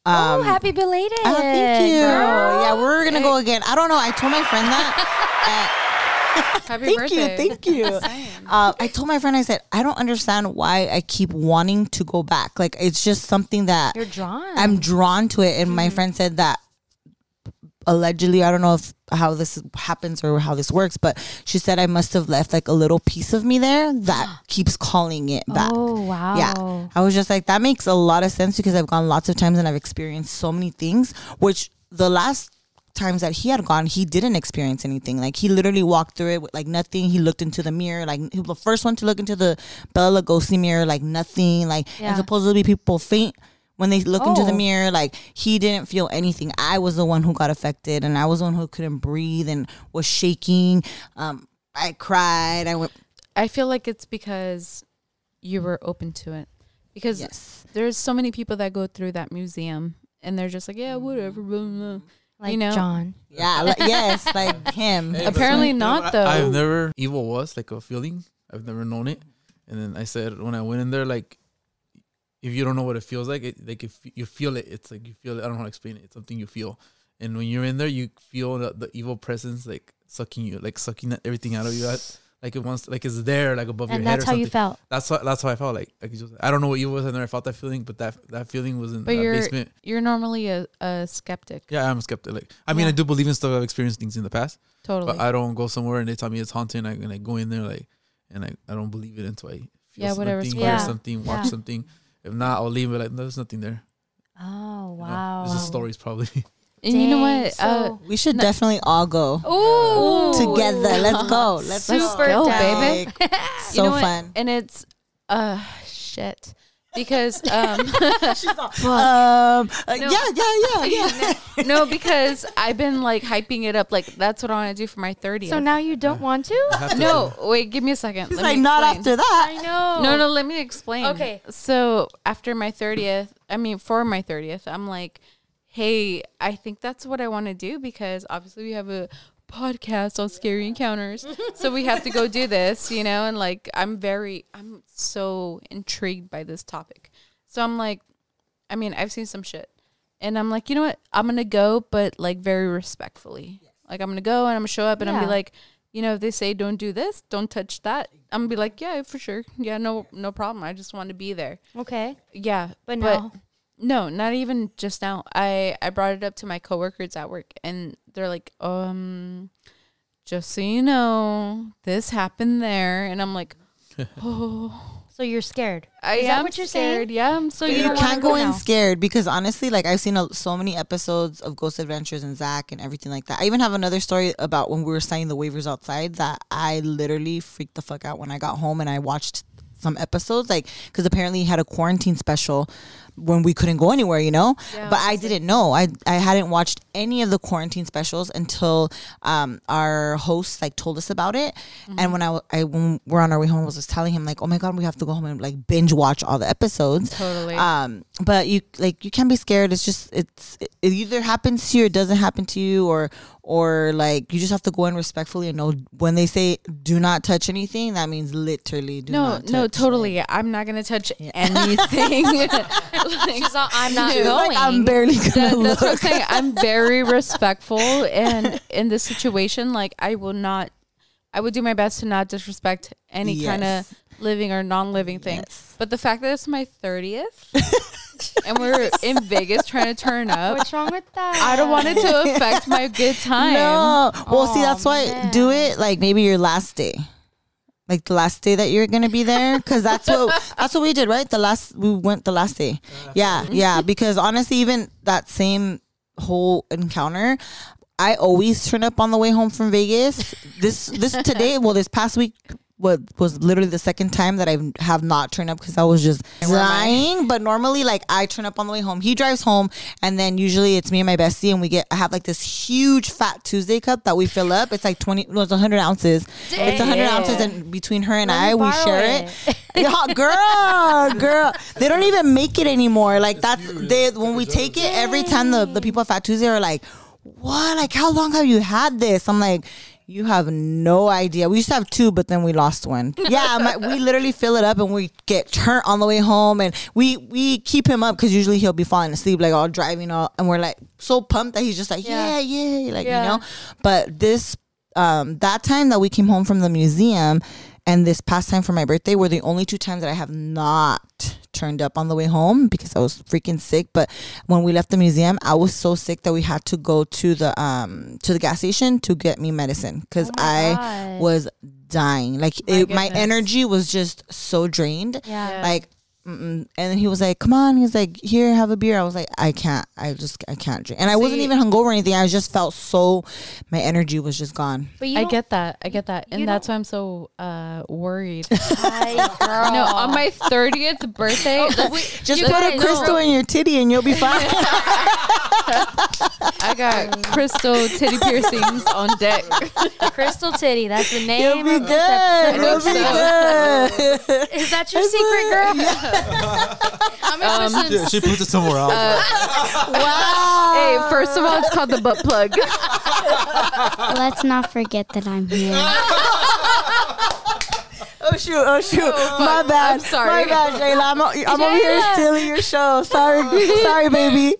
S5: um,
S1: oh, happy belated.
S5: oh, thank you.
S1: girl.
S5: Yeah, we're gonna go again. I don't know. I told my friend that.
S2: Happy
S5: thank
S2: birthday.
S5: you, thank you. Uh, I told my friend, I said, I don't understand why I keep wanting to go back. Like it's just something that
S1: You're drawn.
S5: I'm drawn to it. And my friend said that allegedly, I don't know if how this happens or how this works, but she said I must have left like a little piece of me there that keeps calling it back.
S1: Oh wow.
S5: Yeah. I was just like, that makes a lot of sense because I've gone lots of times and I've experienced so many things, which the last times that he had gone, he didn't experience anything. Like he literally walked through it with like nothing. He looked into the mirror, like he was the first one to look into the Bella Lugosi mirror, like nothing. Like
S1: Yeah.
S5: and supposedly people faint when they look into the
S1: Oh.
S5: mirror. Like he didn't feel anything. I was the one who got affected and I was the one who couldn't breathe and was shaking. Um I cried. I went
S2: I feel like it's because you were open to it. Because
S5: yes.
S2: there's so many people that go through that museum and they're just like, yeah, whatever. Blah, blah. blah."
S1: Like
S2: You know?
S1: John.
S5: Yeah, like, yes, like him.
S4: Hey, but-
S2: Apparently
S4: You know
S2: not,
S4: what?
S2: though.
S4: I, have never evil was like a feeling. I've never known it. And then I said when I went in there, like if you don't know what it feels like, it, like if you feel it, it's like you feel it. I don't know how to explain it. It's something you feel. And when you're in there, you feel the, the evil presence like sucking you, like sucking that- everything out of you. Like it wants, like it's there, like above
S1: And
S4: your head
S1: that's
S4: or
S1: how
S4: something.
S1: you felt.
S4: That's how that's how I felt. Like, like it's just, I don't know what evil was. I never felt that feeling, but that that feeling was in
S2: But
S4: that
S2: you're-
S4: basement.
S2: You're normally a, a skeptic.
S4: Yeah, I'm skeptical. Like, I mean,
S2: Yeah.
S4: I do believe in stuff. I've experienced things in the past.
S2: Totally.
S4: But I don't go somewhere and they tell me it's haunted. I, and I go in there like, and I, I don't believe it until I feel
S2: Yeah, whatever
S4: something, hear
S1: sparks- Yeah.
S4: something, watch
S1: Yeah.
S4: something. If not, I'll leave it like there's nothing there.
S1: Oh
S4: you know?
S1: wow.
S4: It's just stories probably.
S2: and you know
S1: Dang,
S2: what?
S1: so-
S5: We should definitely all go
S2: uh, ooh.
S5: together. Let's go. Let's
S2: Let's
S1: Super
S2: go,
S1: down.
S2: baby. You
S5: so
S2: know what?
S5: fun.
S2: And it's, uh, shit. Because, um,
S5: Um, uh,
S2: No.
S5: Yeah, yeah, yeah, yeah.
S2: no, because I've been like hyping it up. Like, that's what I want to do for my 30th.
S1: So now you don't want to?
S4: Have to-
S2: no, wait, give me a second.
S5: He's
S2: Let
S5: like,
S2: me
S5: not
S2: explain.
S5: after that.
S1: know.
S2: No, no, let me explain.
S1: Okay.
S2: So after my 30th, I mean, for my 30th, I'm like, hey, I think that's what I want to do because obviously we have a podcast on scary encounters. so we have to go do this, you know? And like, I'm very, I'm so intrigued by this topic. So I'm like, I mean, I've seen some shit. And I'm like, you know what? I'm going to go, but like very respectfully. Like, I'm going to go and I'm going to show up and I'm going to
S1: Yeah.
S2: be like, you know, if they say don't do this, don't touch that, I'm going to be like, yeah, for sure. Yeah, no no problem. I just want to be there.
S1: Okay.
S2: Yeah.
S1: But now
S2: No, not even just now. I I brought it up to my coworkers at work and they're like, "Um just so you know, this happened there." And I'm like,
S1: so you're scared.
S2: "I
S1: Is that
S2: am
S1: what you're saying?
S2: scared. Yeah, I'm so
S1: You
S5: You
S1: don't wanna
S5: can't go
S1: go
S5: in
S1: now.
S5: scared because honestly, like I've seen a, so many episodes of Ghost Adventures and Zach and everything like that. I even have another story about when we were signing the waivers outside that I literally freaked the fuck out when I got home and I watched some episodes, like because apparently he had a quarantine special when we couldn't go anywhere, you know. but I didn't know. I I hadn't watched any of the quarantine specials until um our host like told us about it. And
S1: Mm-hmm.
S5: when I, w- I when we're on our way home, I was just telling him like, oh my god, we have to go home and like binge watch all the episodes.
S2: Totally.
S5: Um, but you like you can be scared. It's just it's it either happens to you, or it doesn't happen to you, or or like you just have to go in respectfully and know when they say do not touch anything, that means literally do
S2: no,
S5: not.
S2: no,
S5: touch,
S2: totally. I'm not going to touch anything. Like-
S1: She's all, I'm not
S5: Like,
S1: going.
S5: like, I'm barely gonna
S2: That- that's what I'm
S5: look.
S2: saying. I'm very respectful, and in this situation, like I will not, I would do my best to not disrespect any kind
S5: Yes.
S2: of living or non-living thing.
S5: Yes.
S2: But the fact that it's my thirtieth, and we're in Vegas trying to turn up,
S1: What's wrong with that?
S2: I don't want it to affect my good time.
S5: No, well, see,
S1: Aw,
S5: that's why do it like maybe your last day. Like the last day that you're gonna be there, because that's what that's what we did, right? The last we went the last day, yeah, yeah. Because honestly, even that same whole encounter, I always turn up on the way home from Vegas. This this today, well, this past week, what was literally the second time that I have not turned up because I was just dying. But normally, like I turn up on the way home. He drives home, and then usually it's me and my bestie, and we get I have like this huge fat Tuesday cup that we fill up. It's like twenty, no, it's hundred ounces. It's hundred ounces, and between her and
S1: Let me
S5: I, we
S1: borrow
S5: share
S1: it.
S5: it. Yeah, girl, girl. They don't even make it anymore. Like that's they when we take it every time the, the people at Fat Tuesday are like, What? Like how long have you had this? I'm like, You have no idea. We used to have two, but then we lost one. Yeah, I'm like, we literally fill it up and we get turned on the way home and we we keep him up because usually he'll be falling asleep, like all driving all and we're like so pumped that he's just like, Yeah, yeah, like
S2: Yeah.
S5: you know. But this um, that time that we came home from the museum and this past time for my birthday were the only two times that I have not turned up on the way home because I was freaking sick. But when we left the museum, I was so sick that we had to go to the um to the gas station to get me medicine because I
S1: Oh God.
S5: was dying. Like
S2: Oh My
S5: it, my
S2: goodness.
S5: energy was just so drained.
S1: Yeah.
S5: Like. Mm-mm. And then he was like, "Come on." He's like, "Here, have a beer." I was like, "I can't. I just, I can't drink." And I wasn't
S2: See-
S5: even hungover or anything. I just felt so, my energy was just gone.
S1: But you
S2: I
S1: don't-
S2: get that. I get that.
S1: you
S2: And that's why I'm so uh worried.
S1: I-
S2: No, on my 30th birthday,
S5: Just
S1: You
S5: put
S1: guys-
S5: a crystal in your titty and you'll be fine.
S2: I got crystal titty piercings on deck.
S1: Crystal Titty. That's the
S5: you'll
S1: name.
S5: be
S1: of
S5: good.
S1: the episode.
S5: You'll
S2: so.
S5: be good.
S1: Is that your secret, girl?
S2: Um,
S4: Yeah, she puts it somewhere else.
S2: hey, first of all, it's called the butt plug.
S3: Let's not forget that I'm here.
S5: Oh shoot! Oh shoot! my bad.
S2: I'm sorry.
S5: My bad, Jayla. I'm, o- I'm over here
S1: Jayla.
S5: stealing your show. Sorry,
S2: Oh.
S5: sorry, baby.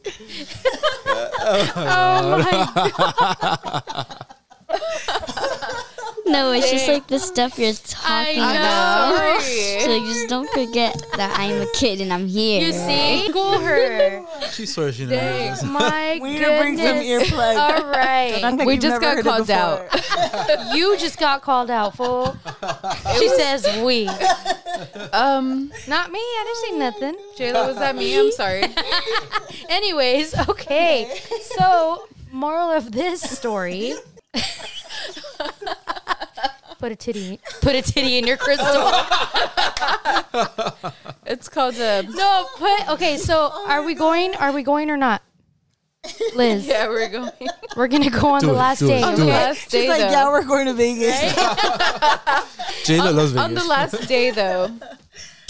S3: No, it's just like the stuff you're talking about.
S2: Sorry.
S3: So just don't forget that I'm a kid and I'm here.
S1: You see? Google her.
S2: Uh,
S4: She swears she never heard this.
S1: My
S5: We need to bring some
S1: goodness.
S5: earplugs.
S1: All right.
S5: Like
S2: We
S5: you've
S2: just
S5: never
S2: got
S5: heard it
S2: called
S5: before.
S2: out.
S1: You just got called out, fool. She says we.
S2: Um,
S1: Not me. I didn't say nothing.
S2: Jayla, was that me? I'm sorry.
S1: Anyways, okay. So, moral of this story. Put a titty, put a titty in your crystal.
S2: It's called the.
S1: No, put okay. So, are we going? Are we going or not, Liz?
S2: Yeah, we're going.
S1: We're gonna go on
S4: Do
S1: the
S4: it,
S1: last
S4: do it,
S1: day.
S4: do it.
S1: okay?
S2: Last day,
S5: She's like,
S2: though.
S5: yeah, we're going to Vegas.
S4: Jayla loves Vegas.
S2: on the last day, though.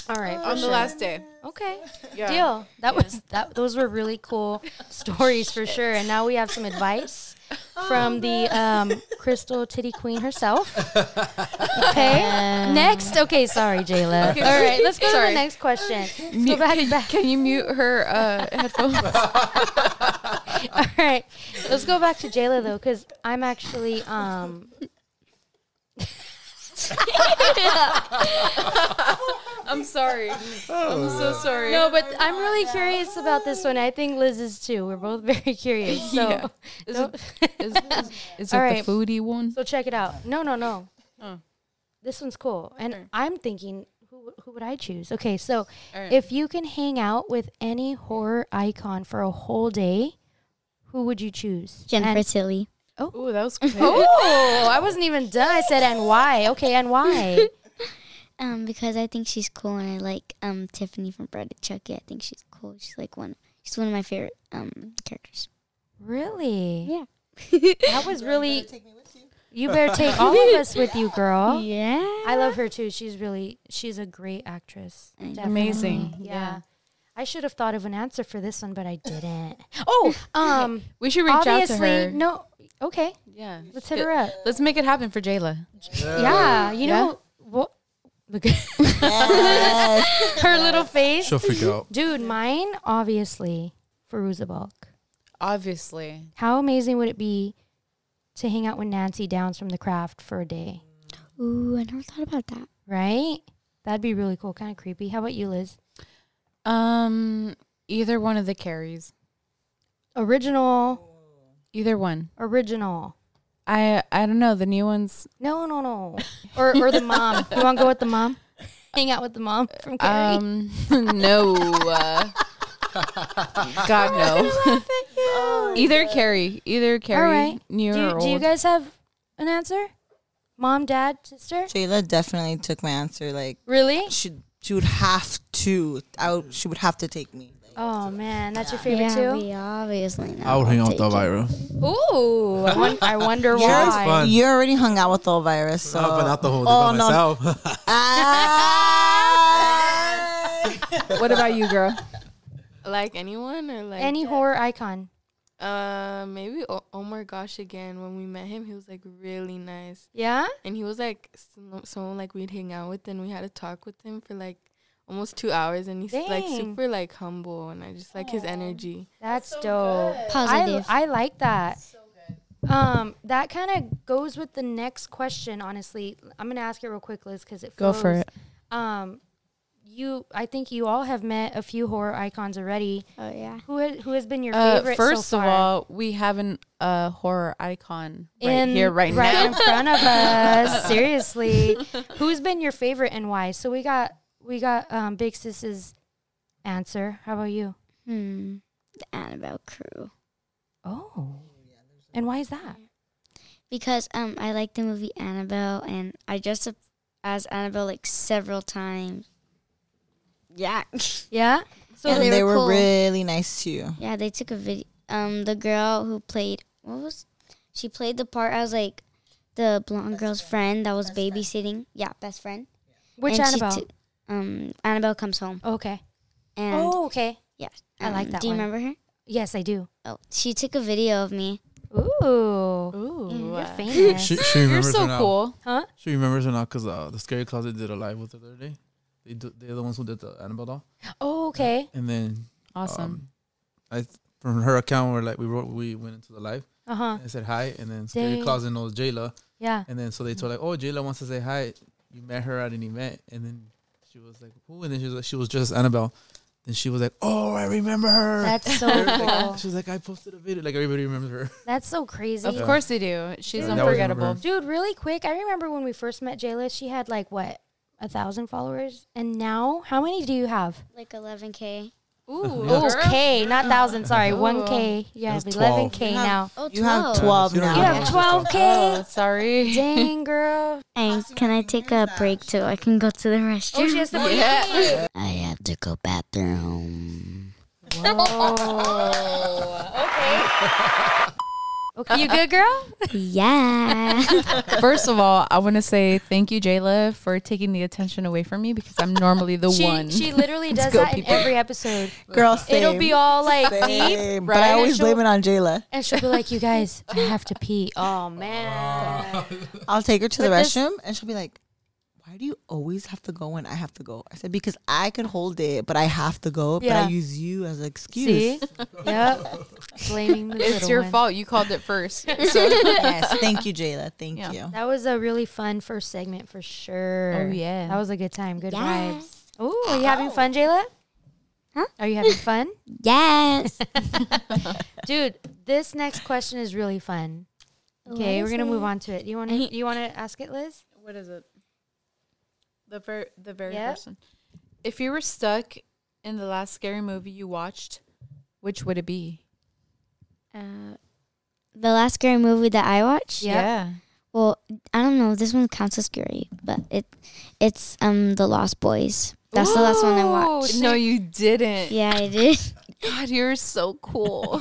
S1: All right.
S2: On the last day.
S1: Okay.
S2: Yeah.
S1: Deal. That was that. Those were really cool stories for sure. And now we have some advice from the um, crystal titty queen herself. Okay. next. Okay. Sorry, Jayla. All right. Let's go to
S2: Sorry.
S1: the next question.
S2: Mute-
S1: back-
S2: can,
S1: back.
S2: can you mute her uh, headphones?
S1: All right. Let's go back to Jayla though, because I'm actually um,
S2: I'm sorry. I'm so sorry.
S1: No, but I'm really curious about this one. I think Liz is too. We're both very curious. So,
S2: Yeah. Is
S1: don't-
S2: Is, is, is it
S1: All right.
S2: the foodie one?
S1: so check it out. No, no, no.
S2: Oh.
S1: This one's cool. And
S2: Sure.
S1: I'm thinking, who, who would I choose? Okay, so
S2: All right.
S1: if you can hang out with any horror icon for a whole day, who would you choose?
S3: Jennifer
S1: And-
S3: Tilly.
S2: Ooh, that was quick.
S1: oh, I wasn't even done. I said, and why? Okay, and why?
S3: Um, because I think she's cool and I like um Tiffany from Bride of Chucky. I think she's cool. She's like one she's one of my favorite um characters.
S1: really?
S3: Yeah.
S1: That was really. You better take all of us with you, girl.
S3: Yeah.
S1: I love her too. She's really she's a great actress.
S3: I know.
S2: Amazing.
S1: Definitely. Yeah.
S2: Yeah.
S1: I should have thought of an answer for this one, but I didn't. Oh, um,
S2: We should reach out to
S1: obviously
S2: her.
S1: no. Okay,
S2: Yeah.
S1: let's hit her up.
S2: Let's make it happen for Jayla.
S1: Yeah, you know what? Look at
S5: Yes.
S1: her little face,
S4: She'll freak out.
S1: dude. Mine, obviously, Feruza Balk.
S2: Obviously.
S1: How amazing would it be to hang out with Nancy Downs from The Craft for a day?
S3: Ooh, I never thought about that.
S1: Right? That'd be really cool. Kind of creepy. How about you, Liz?
S2: Um, either one of the carries.
S1: Original,
S2: Either one.
S1: original.
S2: I I don't know. The new ones.
S1: No, no, no. Or or the mom. You want to go with the mom? Hang out with the mom from Carrie.
S2: Um, no. Uh, God no. either carry. Either carry.
S1: right.
S2: New
S1: do,
S2: or
S1: you, do you
S2: old.
S1: guys have an answer? Mom, dad, sister?
S5: Jayla definitely took my answer. Like
S1: Really?
S5: she, she would have to. I would, she would have to take me.
S1: Oh man, that's your favorite
S3: yeah,
S1: too.
S3: we obviously know.
S4: I would hang out
S3: I'll
S4: with
S3: take it.
S4: Elvira.
S1: Ooh, I, won- I wonder
S5: Yours-
S1: why.
S4: Fun.
S5: You already hung out with Elvira, so
S4: No,
S2: Uh,
S4: but not the whole by
S5: Oh, no.
S4: myself.
S5: Ah.
S2: what about you, girl?
S6: Like anyone or like
S1: Any horror icon?
S6: Uh, maybe o- Omar Gosh again. When we met him, he was like really nice,
S1: Yeah.
S6: and he was like some- someone like we'd hang out with, and we had a talk with him for like almost two hours, and he's like
S1: Dang.
S6: super like humble, and I just like his energy.
S1: That's dope. I,
S3: Positive.
S1: I like that. Um, that kind of goes with the next question. Honestly, I'm gonna ask it real quick, Liz, because it
S2: Go for
S1: flows.
S2: it.
S1: Um, you, I think you all have met a few horror icons already.
S3: Oh yeah.
S1: Who has, who has been your
S2: Uh,
S1: favorite? so
S2: first of
S1: far?
S2: all, we have an uh, horror icon right
S1: In-
S2: here, right, now.
S1: in front of us. Seriously, who's been your favorite and why? So we got we got um, Big Sis's answer. How about you?
S3: Hmm. The Annabelle crew.
S1: Oh, and why is that?
S3: Because um, I like the movie Annabelle, and I dressed up as Annabelle like several times. Yeah.
S1: Yeah.
S3: So
S5: and they were
S3: cool.
S5: really nice to you.
S3: Yeah, they took a video. Um, the girl who played what was she played the part as like the blonde girl's friend that was babysitting. Yeah, best friend.
S1: Which
S3: And she
S1: Annabelle?
S3: took- um, Annabelle comes home.
S1: okay.
S3: And
S1: Oh, okay.
S3: yeah,
S1: I like
S3: um,
S1: that
S3: Do you
S1: one.
S3: remember her?
S1: Yes, I do.
S3: Oh, she took a video of me.
S1: Ooh.
S2: Ooh,
S1: You're
S2: uh,
S1: famous.
S4: She, she
S2: you're
S4: remembers
S2: so
S4: her now.
S2: cool.
S1: huh?
S4: She remembers her now because uh, the Scary Closet did a live with her the other day. They do, they're the ones who did the Annabelle doll.
S1: Oh, okay.
S4: And then
S2: Awesome.
S4: um, I th- from her account where like we wrote we went into the live
S1: Uh huh.
S4: and I said hi and then Scary
S1: Dang. Mm-hmm.
S4: Closet knows Jayla
S1: Yeah.
S4: and then so they told like oh Jayla wants to say hi you met her at an event and then she was like who and then she was like, she was just Annabelle then she was like oh I remember her
S1: That's so
S4: Everybody-
S1: cool.
S4: she was like I posted a video like everybody remembers her
S1: That's so crazy.
S2: Of
S4: Yeah.
S2: course they do. She's
S4: Um, That was
S2: unforgettable.
S4: remember.
S1: Dude, really quick, I remember when we first met Jayla, she had like what, a thousand followers? And now, how many do you have?
S3: Like 11k.
S2: Ooh,
S4: Yeah.
S2: girl.
S1: Okay, not thousand, sorry,
S2: Ooh.
S1: 1K. You
S4: It
S1: have
S4: was
S1: 11K
S5: You have-
S1: now.
S3: Oh,
S5: You have
S3: 12.
S5: 12
S4: You don't
S5: now.
S1: You
S4: Yeah.
S1: have 12K?
S2: Oh, sorry.
S1: Dang, girl.
S3: Hey, can I take a break too? I can go to the restroom.
S1: Oh, she has to pee.
S2: Yeah.
S3: I have to go bathroom.
S1: Oh, Okay, you good, girl?
S3: Yeah.
S2: First of all, I want to say thank you, Jayla, for taking the attention away from me because I'm normally the
S1: she,
S2: one.
S1: She literally does
S2: go,
S1: that in
S2: people.
S1: every episode.
S5: Girl, same,
S1: It'll be all like deep,
S5: same, But I
S1: right?
S5: always
S1: She'll-
S5: blame it on Jayla.
S1: and she'll be like, "You guys, I have to pee." Oh man,
S5: I'll take her to the
S1: But this-
S5: restroom and she'll be like, why do you always have to go when I have to go? I said, because I could hold it, but I have to go. But
S1: Yeah.
S5: I use you as an excuse.
S1: see, yep, blaming the
S2: it's
S1: little
S2: your
S1: one.
S2: fault. You called it first.
S5: yes, thank you, Jayla. Thank
S2: Yeah.
S5: you.
S1: That was a really fun first segment for sure.
S2: Oh, yeah.
S1: that was a good time. Good vibes.
S3: yes.
S1: Ooh, are you having fun, Jayla?
S3: Huh?
S1: Are you having fun,
S3: Yes.
S1: dude? This next question is really fun. Okay, we're gonna move on to it. You want to? You want to ask it, Liz?
S2: what is it? The ver- the very
S1: Yep.
S2: person. If you were stuck in the last scary movie you watched, which would it be?
S3: Uh, the last scary movie that I watched.
S1: Yep.
S2: Yeah.
S3: Well, I don't know. This one counts as scary, but it it's um the Lost Boys. That's the last one I watched.
S2: No, you didn't.
S3: Yeah, I did.
S2: God, you're so cool.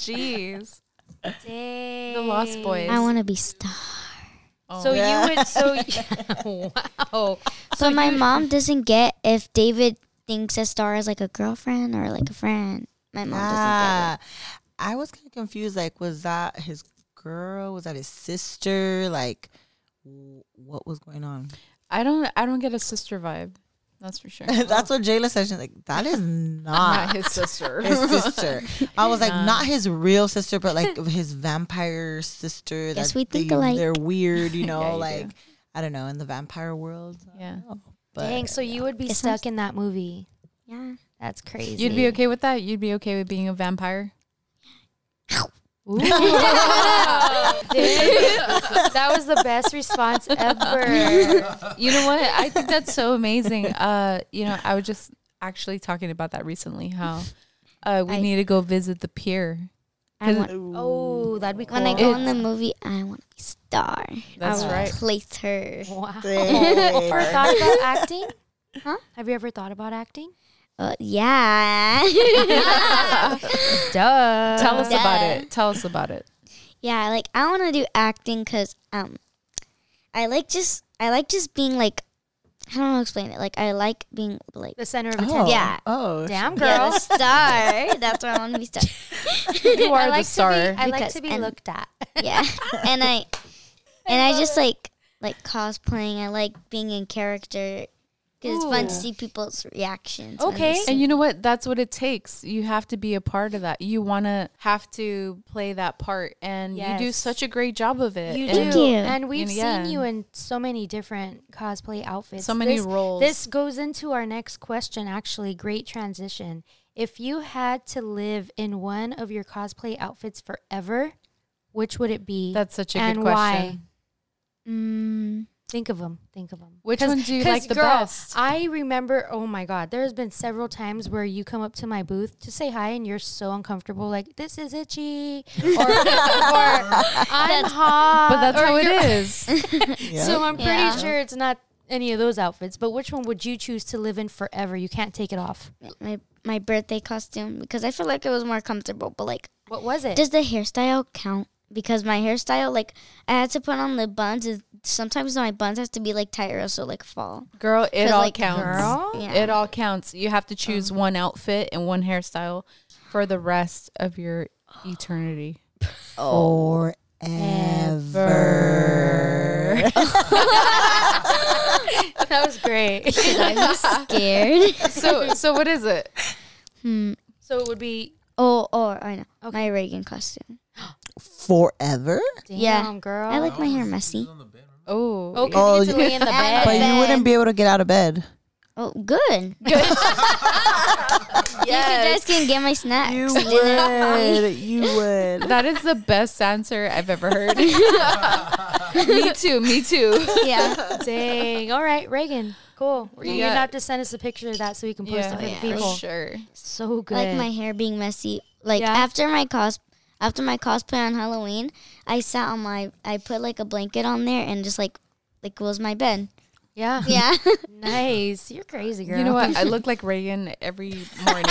S2: Jeez.
S1: Dang.
S2: The Lost Boys.
S3: I want to be stuck.
S2: Oh.
S1: So
S5: Yeah.
S1: you would so y- wow.
S3: So my mom doesn't get if David thinks a star is like a girlfriend or like a friend. My mom
S5: Ah, I was kind of confused. Like, was that his girl? Was that his sister? Like, w- what was going on?
S2: I don't I don't get a sister vibe. That's for sure.
S5: That's what Jayla said. She's like, that is
S2: Not
S1: Ah.
S5: not
S2: his sister.
S5: his sister. I was like, not his real sister, but like his vampire sister.
S3: Guess
S5: that
S3: we think
S5: they,
S3: alike.
S5: They're weird, you know.
S2: Yeah, you do.
S5: like, I don't know, in the vampire world.
S2: yeah.
S5: But
S1: Dang, so you would be
S3: It sounds-
S1: stuck in that movie.
S3: doesn't get it.
S1: That's crazy.
S2: You'd be okay with that? You'd be okay with being a vampire?
S1: Ooh. Dude, that was the best response ever.
S2: You know what? I think that's so amazing. Uh, you know, I was just actually talking about that recently how uh, we
S3: I-
S2: need to go visit the pier.
S3: Yeah, I want.
S1: Oh, that'd be cool.
S3: When I go in the movie, I want to be star.
S2: That's
S3: I
S1: Oh.
S3: will
S2: right.
S3: Place her.
S1: wow. Ever
S5: Dang.
S1: thought about acting?
S3: Huh?
S1: Have you ever thought about acting?
S3: Uh, yeah.
S1: Duh.
S2: Tell us about
S3: Yeah.
S2: it. Tell us about it.
S3: Yeah, like I want to do acting because um, I like just I like just being like I don't know how to explain it. Like I like being like
S1: the center of
S5: Oh,
S1: attention.
S3: Yeah.
S5: Oh,
S1: Damn
S3: yeah,
S1: girl.
S3: the star. That's why I want to be star.
S2: You
S1: I
S2: are
S1: like
S2: the star.
S1: To be, I like
S3: Because-
S1: to be
S3: and-
S1: looked at.
S3: Yeah, and I and I, just like like cosplaying. I like being in character. because it's fun to
S1: Ooh.
S3: see people's reactions. when they
S1: Okay.
S3: see
S2: And you know what? That's what it takes. You have to be a part of that. You want to have to play that part, and you do
S1: Yes.
S2: such a great job of it.
S1: You
S2: And
S3: Thank
S1: do.
S3: you.
S1: And we've
S2: yeah.
S1: seen you in so many different cosplay outfits.
S2: So many
S1: This-
S2: roles.
S1: This goes into our next question, actually. Great transition. If you had to live in one of your cosplay outfits forever, which would it be?
S2: That's such a good
S1: and
S2: question.
S1: why?
S3: Mm,
S1: Think of them. Think of them.
S2: Which one do you like the best?
S1: I remember, oh my God, there's been several times where you come up to my booth to say hi and you're so uncomfortable, like, this is itchy. Or, or I'm hot.
S2: But that's
S1: Uh, or
S2: how it
S1: you're-
S2: is.
S5: Yeah.
S1: So I'm pretty
S3: Yeah.
S1: sure it's not any of those outfits. But which one would you choose to live in forever? You can't take it off.
S3: my my birthday costume because I feel like it was more comfortable. But like,
S1: What was it?
S3: does the hairstyle count? Because my hairstyle, like, I had to put on the buns. And sometimes my buns have to be like tighter, so like fall.
S2: Girl, it
S3: 'Cause,
S2: all
S3: like,
S2: counts.
S1: girl?
S3: Yeah.
S2: It all counts. You have to choose one outfit and one hairstyle for the rest of your eternity.
S5: Forever.
S1: that was great.
S3: I'm scared.
S2: So, so what is it?
S3: hmm.
S1: so it would be.
S3: Oh, oh, I know. My Reagan costume.
S5: Forever?
S1: Damn,
S3: Yeah.
S1: girl.
S3: I like my hair messy.
S2: Oh,
S1: Okay,
S5: Oh,
S1: you get to
S5: you-
S1: lay in the
S3: I
S1: bed.
S5: But you
S3: Bed.
S5: wouldn't be able to get out of bed.
S3: Oh, good.
S2: yes.
S3: You guys can get my snacks.
S5: would. You would.
S2: That is the best answer I've ever heard. me too. Me too.
S3: yeah.
S1: Dang. All right, Reagan. Cool. You're
S2: Yeah.
S1: gonna have to send us a picture of that so we can post it for
S2: yeah,
S1: the people.
S2: for sure.
S1: So good.
S3: Like my hair being messy. Like
S1: Yeah.
S3: after my cos after my cosplay on Halloween, I sat on my I put like a blanket on there and just like like was my bed.
S1: yeah.
S3: Yeah.
S1: Nice. You're crazy, girl.
S2: You know what? I look like Reagan every morning.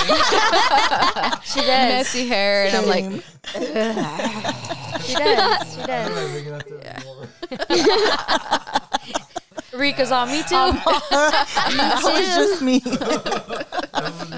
S1: She does.
S2: Messy hair, and I'm like,
S1: She does. She does. Rika's on me too.
S5: that was just me.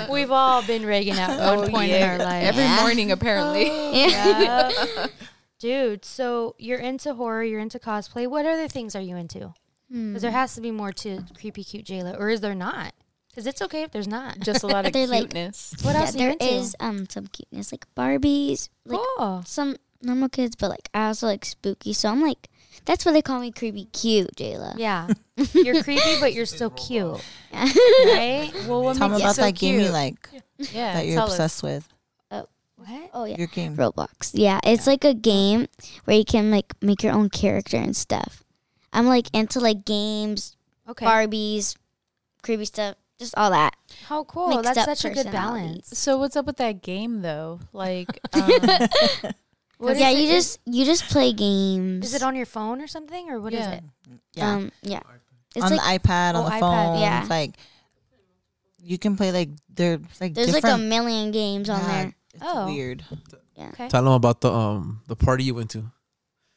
S1: We've all been Reagan at one point
S2: Oh, yeah.
S1: in our life.
S2: every morning apparently.
S1: Yeah. Dude, so you're into horror, you're into cosplay. What other things are you into? Because there has to be more to creepy cute Jayla, or is there not? Because it's okay if there's not.
S2: Just a lot of
S3: They're like-
S2: cuteness.
S1: What
S3: yeah
S1: else are you
S3: there
S1: into?
S3: is um some cuteness like Barbies, like
S1: cool.
S3: some normal kids, but like I also like spooky. So I'm like that's why they call me creepy cute, Jayla.
S1: Yeah, you're creepy, but you're still cute, right?
S2: well, what
S5: Tell me
S2: makes you
S5: about
S2: so
S5: that game you
S2: cute?
S5: like
S2: Yeah,
S5: that you're
S2: tell us.
S5: obsessed with.
S1: What?
S3: Oh yeah.
S5: Your game.
S3: Roblox. Yeah, it's like a game where you can like make your own character and stuff. I'm like into like games,
S1: Okay.
S3: Barbies, creepy stuff, just all that.
S1: How cool.
S3: Mixed
S1: That's
S3: up
S1: such a good
S3: personalities.
S1: balance.
S2: So what's up with that game though? Like, um,
S1: What
S3: yeah,
S1: is
S3: you
S1: it?
S3: just you just play games.
S1: Is it on your phone or something, or what is
S2: Yeah.
S1: it?
S5: Yeah.
S3: Um, yeah. It's
S5: on
S3: like
S5: the iPad,
S1: Oh,
S5: on the
S1: iPad,
S5: phone.
S3: yeah.
S5: It's like you can play like there's like
S3: there's like a
S5: different.
S3: million games on there.
S5: It's
S1: Oh.
S5: weird.
S4: Tell them about the um the party you went to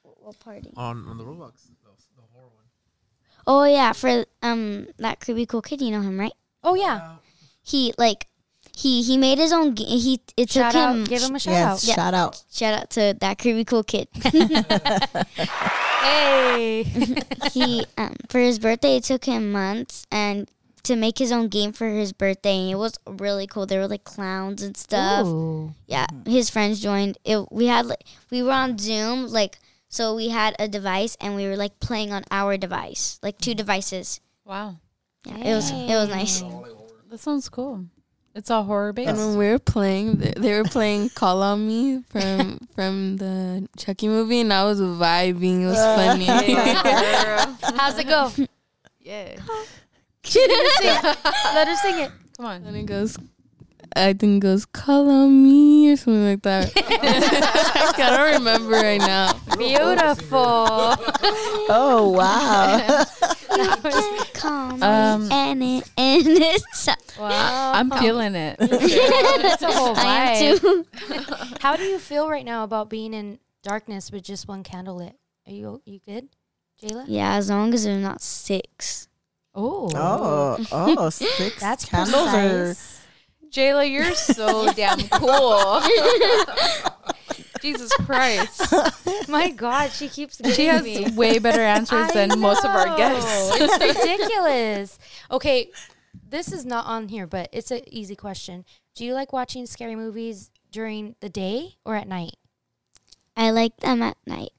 S3: What party?
S4: on on the Roblox. The horror one.
S3: Oh yeah, for um that creepy cool kid, you know him, right?
S1: Oh yeah.
S3: He like he he made his own. Ga- he it
S1: Shout
S3: took
S1: out.
S3: him.
S1: Give him a shout
S5: Yes,
S1: out.
S3: Yeah.
S5: shout out.
S3: Shout out to that creepy cool kid.
S1: Hey.
S3: he um, for his birthday it took him months and to make his own game for his birthday and it was really cool there were like clowns and stuff
S1: Ooh.
S3: yeah his friends joined it we had like we were on zoom like so we had a device and we were like playing on our device like two devices
S2: wow,
S3: yeah it was it was nice
S2: that sounds cool. It's all horror
S6: And
S2: based.
S6: when we were playing, th- they were playing "Call on Me" from from the Chucky movie, and I was vibing. It was funny.
S1: How's it go?
S2: Yeah,
S1: Let her sing it.
S2: come on.
S6: and it goes, I think it goes "Call on Me" or something like that. I don't remember right now.
S1: Beautiful.
S5: Oh wow.
S3: calm
S1: Uh,
S2: Um,
S3: and it and it's
S1: wow.
S2: I'm feeling it.
S1: It's a whole
S3: i
S1: vibe.
S3: am too
S1: How do you feel right now about being in darkness with just one candle lit? Are you you good, Jayla?
S3: yeah as long as they're not six
S1: Oh.
S5: Oh, oh, six
S1: That's
S5: candles are
S1: precise.
S2: Jayla, you're so damn cool. Jesus Christ.
S1: My God, she keeps giving
S2: She has
S1: me.
S2: way better answers
S1: I
S2: than most of our guests.
S1: know. it's ridiculous. Okay, this is not on here, but it's an easy question. Do you like watching scary movies during the day or at night?
S3: I like them at night.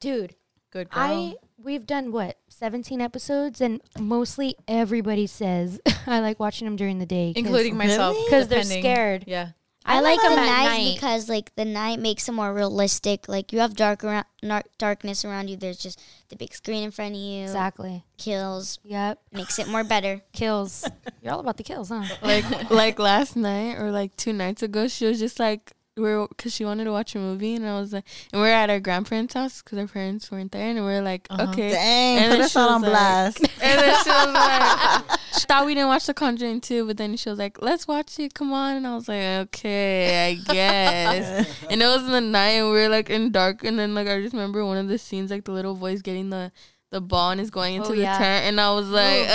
S1: Dude,
S2: Good girl.
S1: I we've done what? 17 episodes and mostly everybody says I like watching them during the day
S2: Including myself.
S1: because they're
S2: depending.
S1: scared.
S2: Yeah.
S1: I, like
S3: the
S1: them at
S3: night,
S1: night.
S3: because like the night makes it more realistic. Like you have dark around, nar- darkness around you. There's just the big screen in front of you.
S1: exactly.
S3: Kills
S1: Yep.
S3: makes it more better.
S1: Kills. You're all about the kills, huh?
S6: like like last night or like two nights ago, she was just like we are because she wanted to watch a movie, and I was like, and we are at our grandparents' house because our parents weren't there, and we are like,
S1: Uh-huh.
S6: okay.
S5: Dang,
S6: And
S5: put
S6: then
S5: us
S6: she
S5: out
S6: was
S5: on
S6: like-
S5: blast.
S6: And then she was like, she thought we didn't watch The Conjuring 2, but then she was like, let's watch it, come on. And I was like, okay, I guess. and it was in the night, and we were like in dark. And then, like, I just remember one of the scenes, like, the little boy's getting the, the ball and is going into
S1: Oh,
S6: the
S1: yeah.
S6: tent. And I was like,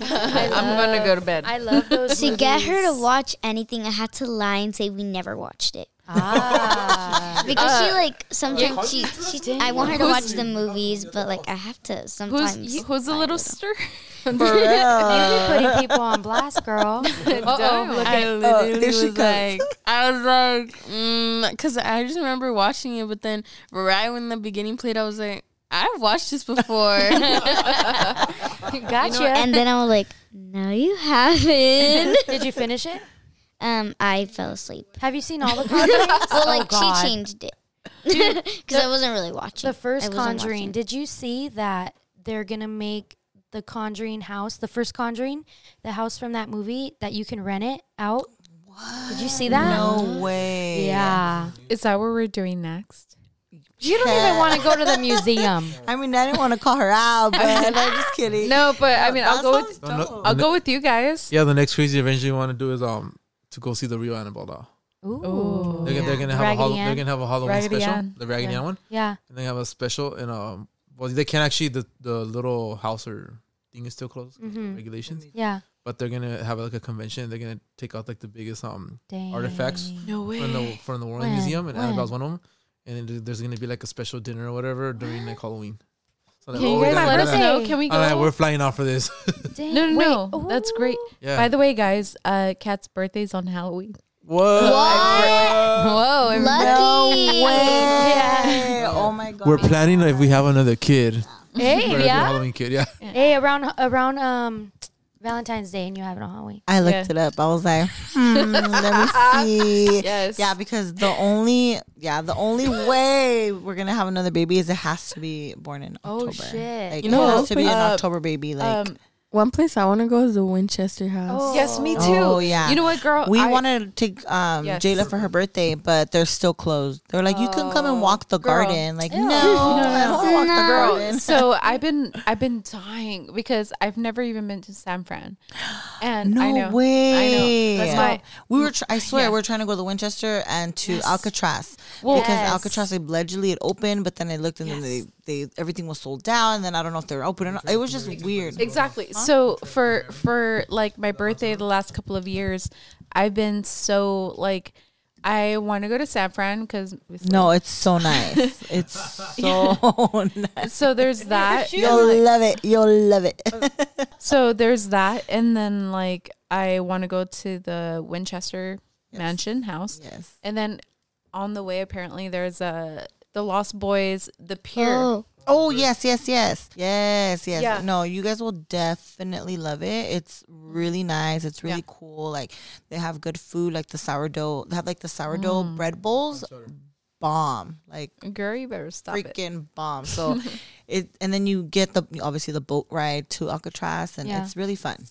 S6: uh,
S2: I'm going to go to bed.
S1: I love those
S3: to get her to
S1: movies.
S3: watch anything, I had to lie and say we never watched it
S1: Ah.
S3: because she like sometimes she, she I want her to watch the movies, but like I have to sometimes.
S2: Who's, you- who's the little sister?
S5: For real.
S1: You be putting people on blast, girl.
S2: Uh-oh. Look
S6: I
S2: at-
S6: literally
S5: there she
S6: was
S5: comes.
S6: like, I was like, mm, cause I just remember watching it, but then right when the beginning played, I was like, I've watched this before.
S1: Gotcha.
S3: and then I was like, no, you haven't.
S1: Did you finish it?
S3: um, I fell asleep. Oh,
S1: Have you seen all the Conjurings?
S3: Well, like
S1: God.
S3: she changed it because I wasn't really watching.
S1: the first
S3: I wasn't
S1: Conjuring.
S3: watching.
S1: Did you see that they're gonna make the Conjuring house, the first Conjuring, the house from that movie that you can rent it out? What? Did you see that?
S5: No way.
S1: Yeah.
S2: Is that what we're doing next?
S1: You don't even want to go to the museum.
S5: I mean, I didn't want to call her out, but I'm just kidding.
S2: No, but I mean, I'll
S5: That
S2: go with
S5: sounds
S4: Oh, No, no.
S5: dope.
S2: I'll go with you guys.
S4: Yeah, the next crazy adventure you want to do is um to go see the real Annabelle doll.
S1: Ooh.
S4: They're, gonna- they're gonna have
S1: Raggedy
S4: a hol- they're
S1: Ann.
S4: gonna have a Halloween
S2: Raggedy
S4: special,
S2: Ann.
S4: the Raggedy
S2: Yeah.
S4: Ann one,
S1: Yeah.
S4: and they have a special. And um, well, they can't actually the the little house or thing is still closed 'cause of
S2: Mm-hmm.
S1: Mhm.
S4: regulations.
S1: Yeah.
S4: But they're gonna have like a convention. They're gonna take out like the biggest um
S1: Dang.
S4: Artifacts.
S2: No
S4: from the from the Warren
S1: When?
S4: Museum, and
S1: When?
S4: Annabelle's one of them. And then there's gonna be like a special dinner or whatever during like Halloween. So like,
S2: Can you
S4: we
S2: guys
S4: gotta
S2: let
S4: do
S2: us
S4: that.
S2: know? Can we go?
S4: All right, we're flying out for this.
S1: Dang.
S2: no, no,
S1: Wait.
S2: no. That's great.
S1: Ooh.
S4: yeah.
S2: By the way, guys, uh, Kat's birthday's on Halloween.
S4: Whoa.
S2: Whoa, everybody.
S3: Lucky.
S5: No way. Oh my god.
S4: We're planning if we have another kid. We're gonna
S1: Hey,
S4: do a
S1: yeah.
S4: Halloween kid, yeah.
S1: Hey, around around um Valentine's Day, and you have it on Halloween.
S5: I looked
S2: Yeah.
S5: it up. I was like, hmm, let me see.
S2: Yes.
S5: Yeah, because the only yeah, the only way we're gonna have another baby is it has to be born in
S1: Oh,
S5: October.
S1: shit.
S5: Like,
S6: You know
S5: it
S6: what
S5: has to be an
S2: else? Uh,
S5: October baby. Like
S2: um,
S6: One place I want to go is the Winchester House.
S2: yes, me too.
S5: Oh, yeah.
S2: You know what, girl?
S5: we
S2: I-
S5: wanted to take um
S2: Yes.
S5: Jayla for her birthday, but they're still closed. They're like, you can come and walk the
S2: Oh, girl.
S5: garden. Like,
S1: Ew.
S5: no,
S1: No,
S5: I don't wanna walk the
S3: no.
S5: garden.
S2: So I've been I've been dying because I've never even been to San Fran, and
S5: No
S2: I know,
S5: way.
S2: I know. That's why
S5: We were, tr- I swear,
S2: Yeah.
S5: we are trying to go to Winchester and to Alcatraz because
S1: Yes.
S5: Alcatraz allegedly it opened, but then I looked and then they, they everything was sold out, and then I don't know if they were open or not. It was just weird.
S2: Exactly. So for for like my birthday the last couple of years, I've been so like I want to go to San Fran because
S5: No, it's so nice. it's so nice.
S2: So there's that.
S5: You'll love it. You'll love it.
S2: So there's that, and then like I want to go to the Winchester Mansion house,
S5: yes.
S2: and then on the way apparently there's a the Lost Boys the Pier.
S3: Oh,
S5: Oh yes, yes, yes, yes, yes.
S2: Yeah.
S5: No, you guys will definitely love it. It's really nice. It's really cool. Like they have good food, like the sourdough. They have like the sourdough
S1: Mm.
S5: bread bowls, bomb. Like
S2: Girl, you better stop it.
S5: freaking bomb. So it, and then you get the obviously the boat ride to Alcatraz, and
S1: Yeah.
S5: it's really fun.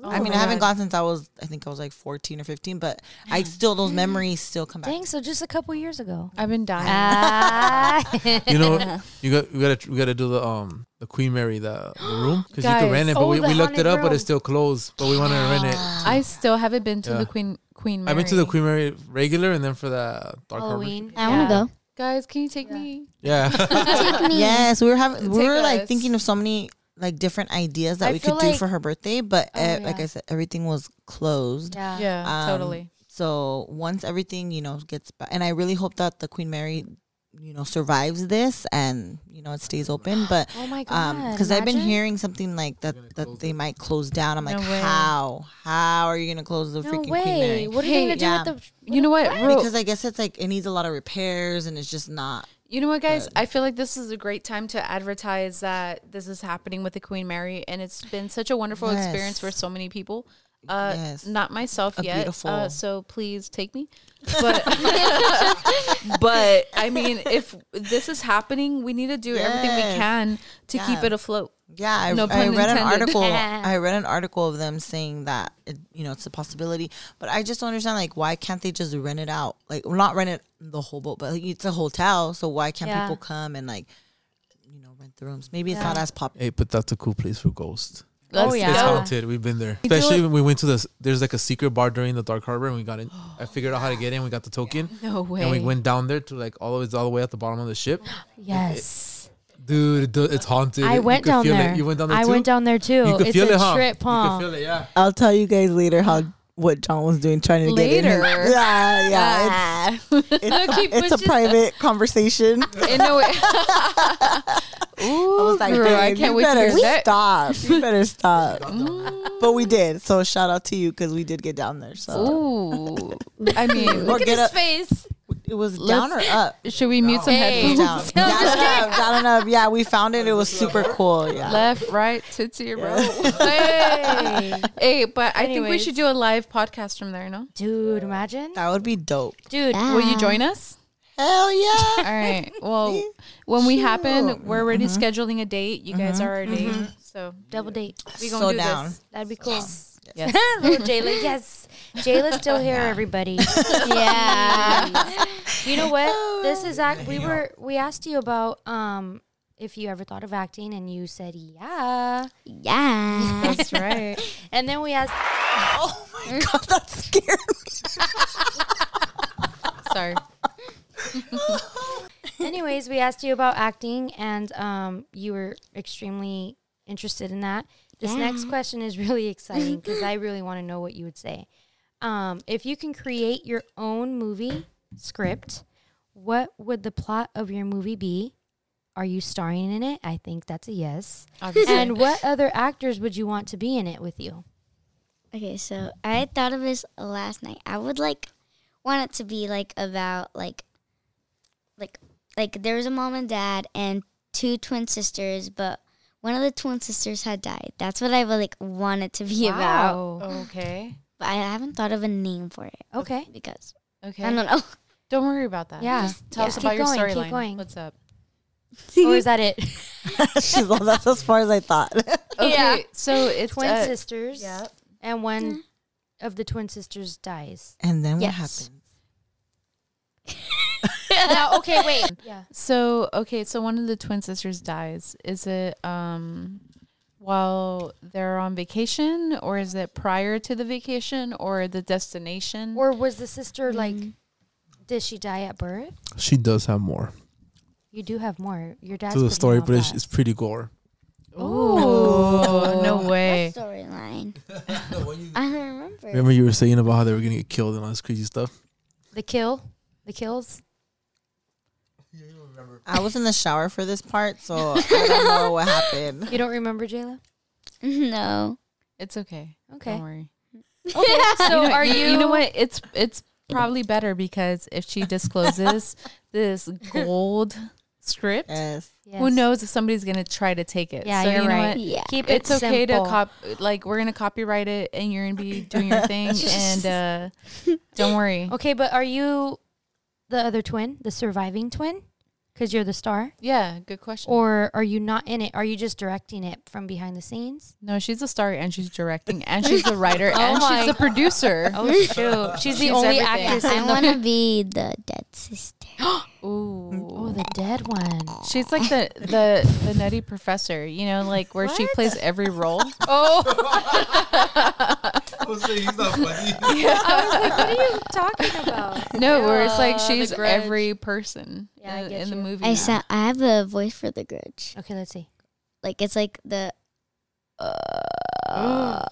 S1: Oh
S5: I mean,
S1: my
S5: I haven't
S1: God.
S5: gone since I was, I think I was like fourteen or fifteen, but I still
S1: Mm.
S5: those memories still come back.
S1: Dang, so just a couple years ago.
S2: I've been dying.
S1: Ah.
S4: You know, you got we gotta we gotta do the um the Queen Mary the, the room because you
S2: Guys.
S4: can rent it, but
S1: Oh,
S4: we,
S1: the
S4: we looked
S1: haunted
S4: it up, but
S1: room.
S4: it's still closed. But we want to rent it.
S2: I still haven't been to
S4: Yeah.
S2: the Queen Queen Mary.
S4: I've been to the Queen Mary regular, and then for the Dark Harbor.
S1: Halloween.
S3: I want to
S2: Yeah.
S3: go.
S2: Guys, can you take me?
S4: Yeah,
S5: Yes, we were having we
S2: Take
S5: were like
S2: us.
S5: thinking of so many like different ideas that
S1: I
S5: we could
S1: feel
S5: do
S1: like-
S5: for her birthday, but
S1: Oh,
S5: uh, like
S1: yeah.
S5: I said, everything was closed.
S1: Yeah.
S2: Yeah,
S5: Um,
S2: totally.
S5: So once everything, you know, gets back, and I really hope that the Queen Mary, you know, survives this and, you know, it stays open. But
S1: Oh my god!
S5: um because i've been
S1: imagine.
S5: hearing something like that that they might close down i'm like
S2: No way.
S5: how how are you gonna close the
S1: No
S5: freaking
S1: way!
S5: queen mary
S1: What are they
S2: Hey,
S1: gonna do
S5: yeah.
S1: with the?
S2: You know what? Ro-
S5: because i guess it's like it needs a lot of repairs and it's just not
S2: You know what, guys? I feel like this is a great time to advertise that this is happening with the Queen Mary, and it's been such a wonderful experience
S5: Yes.
S2: for so many people. Uh,
S5: Yes.
S2: Not myself
S5: A
S2: yet, uh,
S5: beautiful-
S2: so please take me. But, but I mean, if this is happening, we need to do everything we
S5: Yes.
S2: can to keep
S5: Yeah.
S2: it afloat.
S5: yeah i,
S2: No
S5: I
S2: pun
S5: read an
S2: intended.
S5: article i read an article of them saying that it, you know it's a possibility but i just don't understand like why can't they just rent it out like well, not rent it the whole boat but like, it's a hotel so why can't
S1: Yeah.
S5: people come and like you know rent the rooms maybe it's not as popular
S4: Hey, but that's a cool place for ghosts.
S1: Oh
S2: Let's
S1: yeah.
S4: It's haunted. We've been there.
S2: do
S4: Especially
S2: it-
S4: when we went to this. There's like a secret bar during the Dark Harbor, and we got in. I figured out how to get in. We got the token,
S2: No way.
S4: and we went down there to like all the way all the way at the bottom of the ship.
S1: Yes,
S4: Dude, it- it's haunted.
S1: I
S4: You
S1: went
S4: could
S1: down
S4: feel it.
S1: there.
S4: You went down there
S1: I
S4: too.
S1: went down there too.
S4: You could
S1: it's
S4: feel
S1: a
S4: it, huh?
S1: trip,
S4: You
S1: huh?
S4: could feel it, yeah.
S5: i'll tell you guys later how what john was doing trying to get in his-
S2: Later.
S5: yeah yeah it's- It's,
S2: Look, he
S5: a, it's a
S2: pushes-
S5: private conversation.
S2: In a way. Ooh,
S5: I was like,
S2: girl, I
S5: "Babe,
S2: can't
S5: you
S2: wait to
S5: better
S2: hear that.
S5: stop. You better stop. but we did. So shout out to you because we did get down there. So
S2: Ooh. I mean,
S5: Or
S2: look at his
S5: get up.
S2: face.
S5: it was
S2: Let's-
S5: down or up?
S2: Should we mute some
S5: It was
S2: headphones?
S5: Down. down and up. Down and up. Yeah, we found it. It was super cool. Yeah.
S2: Left, right, tootsie, roll.
S1: Hey,
S2: Hey, but I think we
S1: Anyways.
S2: should do a live podcast from there, no?
S1: dude, imagine,
S5: That would be dope.
S1: dude.
S2: Will you join us?
S5: Hell
S2: All
S5: yeah.
S2: right. Well, when we happen,
S5: Sure.
S2: we're already scheduling a date. You guys are already so
S1: Double date.
S2: we gonna
S5: So
S2: do
S5: down.
S2: this.
S1: That'd be cool.
S2: Yes.
S1: Little Jayla, yes. Jayla's still here, everybody. yeah. You know what? This is act. We were we asked you about um if you ever thought of acting, and you said yeah.
S3: Yeah.
S1: That's right. and then we asked.
S5: Oh my
S2: Mm.
S5: god, that scared me.
S2: Sorry.
S1: Anyways, we asked you about acting, and um, you were extremely interested in that. This next question is really exciting because I really want to know what you would say. Um, if you can create your own movie script, what would the plot of your movie be? Are you starring in it? I think that's a yes.
S2: Obviously.
S1: And what other actors would you want to be in it with you?
S3: Okay, so I thought of this last night. I would like want it to be like about like like like there was a mom and dad and two twin sisters, but one of the twin sisters had died. That's what I would like want it to be about.
S1: Wow.
S2: okay.
S3: But I haven't thought of a name for it
S1: Okay.
S3: because
S2: Okay.
S3: I don't know.
S2: Don't worry about that.
S1: Yeah.
S2: Just tell us
S1: Keep
S2: about your
S1: going, keep
S2: storyline.
S1: going.
S2: What's up?
S1: or Oh, is that it?
S5: She's all that's as far as I thought.
S2: Okay.
S1: Yeah.
S2: So it's
S1: Twin
S2: uh,
S1: sisters.
S2: yeah.
S1: And one
S2: Mm-hmm.
S1: of the twin sisters dies.
S5: And then what
S3: Yes.
S5: happened?
S1: no, Uh, okay, wait. Yeah.
S2: So okay, so one of the twin sisters dies. Is it um while they're on vacation, or is it prior to the vacation, or the destination?
S1: Or was the
S2: Mm-hmm.
S1: sister like, did she die at birth?
S4: She does have more
S1: You do have more. Your dad's
S4: to the
S1: pretty
S4: story,
S1: on
S4: but it's,
S1: that.
S4: it's pretty gore.
S2: Ooh, no way.
S3: Storyline. I don't remember.
S4: Remember you were saying about how they were gonna get killed and all this crazy stuff.
S1: the kill, the kills.
S5: I was in the shower for this part, so I don't know what happened.
S1: You don't remember Jayla?
S3: no.
S2: It's okay.
S1: Okay.
S2: Don't worry.
S1: Okay. So
S2: You know-
S1: are you?
S2: You know what? It's it's probably better because if she discloses this gold script,
S5: Yes.
S2: who knows if somebody's gonna try to take it?
S1: Uh, Yeah,
S2: So
S1: you're
S2: you know
S1: right.
S2: what?
S3: Yeah.
S1: Keep it
S2: It's okay
S1: simple.
S2: to cop like we're gonna copyright it, and you're gonna be doing your thing, and uh, don't worry.
S1: Okay, but are you the other twin, the surviving twin? Because you're the star,
S2: Yeah, good question.
S1: or are you not in it? Are you just directing it from behind the scenes?
S2: no, she's a star and she's directing and she's the writer
S1: Oh
S2: and
S1: my
S2: she's the producer.
S1: Oh shoot! She's the
S2: She's
S1: only
S2: everything.
S1: actress
S3: I
S1: in the.
S3: want to be the dead sister.
S1: Oh,
S2: Ooh.
S1: the dead one.
S2: She's like the the the nutty professor, you know, like where she plays every role.
S1: Oh. what are you talking about?
S2: No, where it's like
S6: Yeah,
S2: she's
S6: The Grudge.
S2: every person
S1: Yeah, I
S2: in,
S1: get
S2: in the
S1: you.
S2: movie.
S3: I sound, I have a voice for the grudge.
S1: Okay, let's see.
S3: Like it's like the
S5: Uh,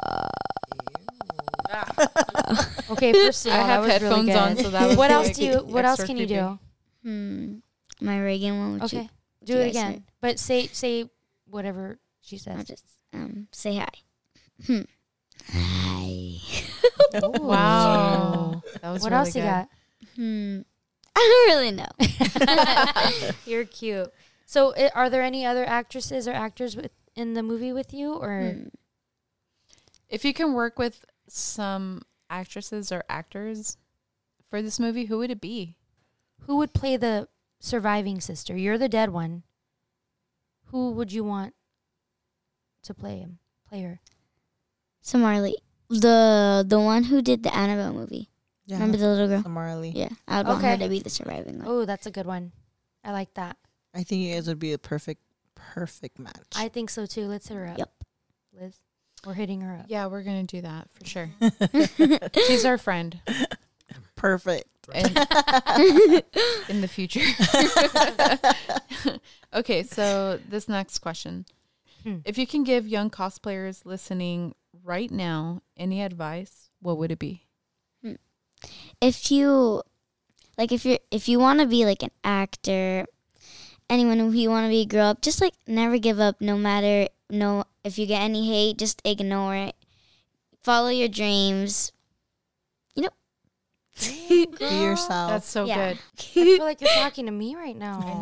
S1: Okay, first of all,
S2: I have
S1: that was
S2: headphones
S1: really good.
S2: on, so that was
S1: what else
S2: like
S1: do you? What else
S2: extra
S1: can you
S2: creepy.
S1: do?
S3: Hmm. My Reagan one. Would
S1: Okay,
S3: You,
S1: do
S3: you
S1: it
S3: guys
S1: again,
S3: heard?
S1: but say say whatever she
S3: I'll
S1: says.
S3: just um say hi. Hmm. Hi.
S2: Wow. That was
S1: What
S2: really
S1: else you
S2: good.
S1: got?
S3: Hmm. I don't really know.
S1: You're cute. So, i are there any other actresses or actors with, in the movie with you, or
S3: Hmm.
S2: If you can work with some actresses or actors for this movie, who would it be?
S1: who would play the surviving sister? You're the dead one. Who would you want to play him? Play her.
S3: So Marley, the the one who did the Annabelle movie.
S5: Yeah.
S3: Remember the little girl?
S5: Marley.
S3: Yeah, I would want her
S1: Okay.
S3: to be the surviving one.
S1: Oh, that's a good one. I like that.
S5: I think you guys would be a perfect, perfect match.
S1: I think so too. Let's hit her up.
S3: Yep.
S1: Liz, we're hitting her up.
S2: Yeah, we're gonna do that for sure. She's our friend
S5: perfect.
S2: in, in the future. okay, so this next question:
S1: Hmm.
S2: If you can give young cosplayers listening right now any advice, what would it be?
S3: if you like if you're if you want to be like an actor anyone who you want to be grow up just like never give up no matter no if you get any hate just ignore it follow your dreams
S5: Be yourself.
S2: That's so
S3: Yeah.
S2: good.
S1: I feel like you're talking to me right now.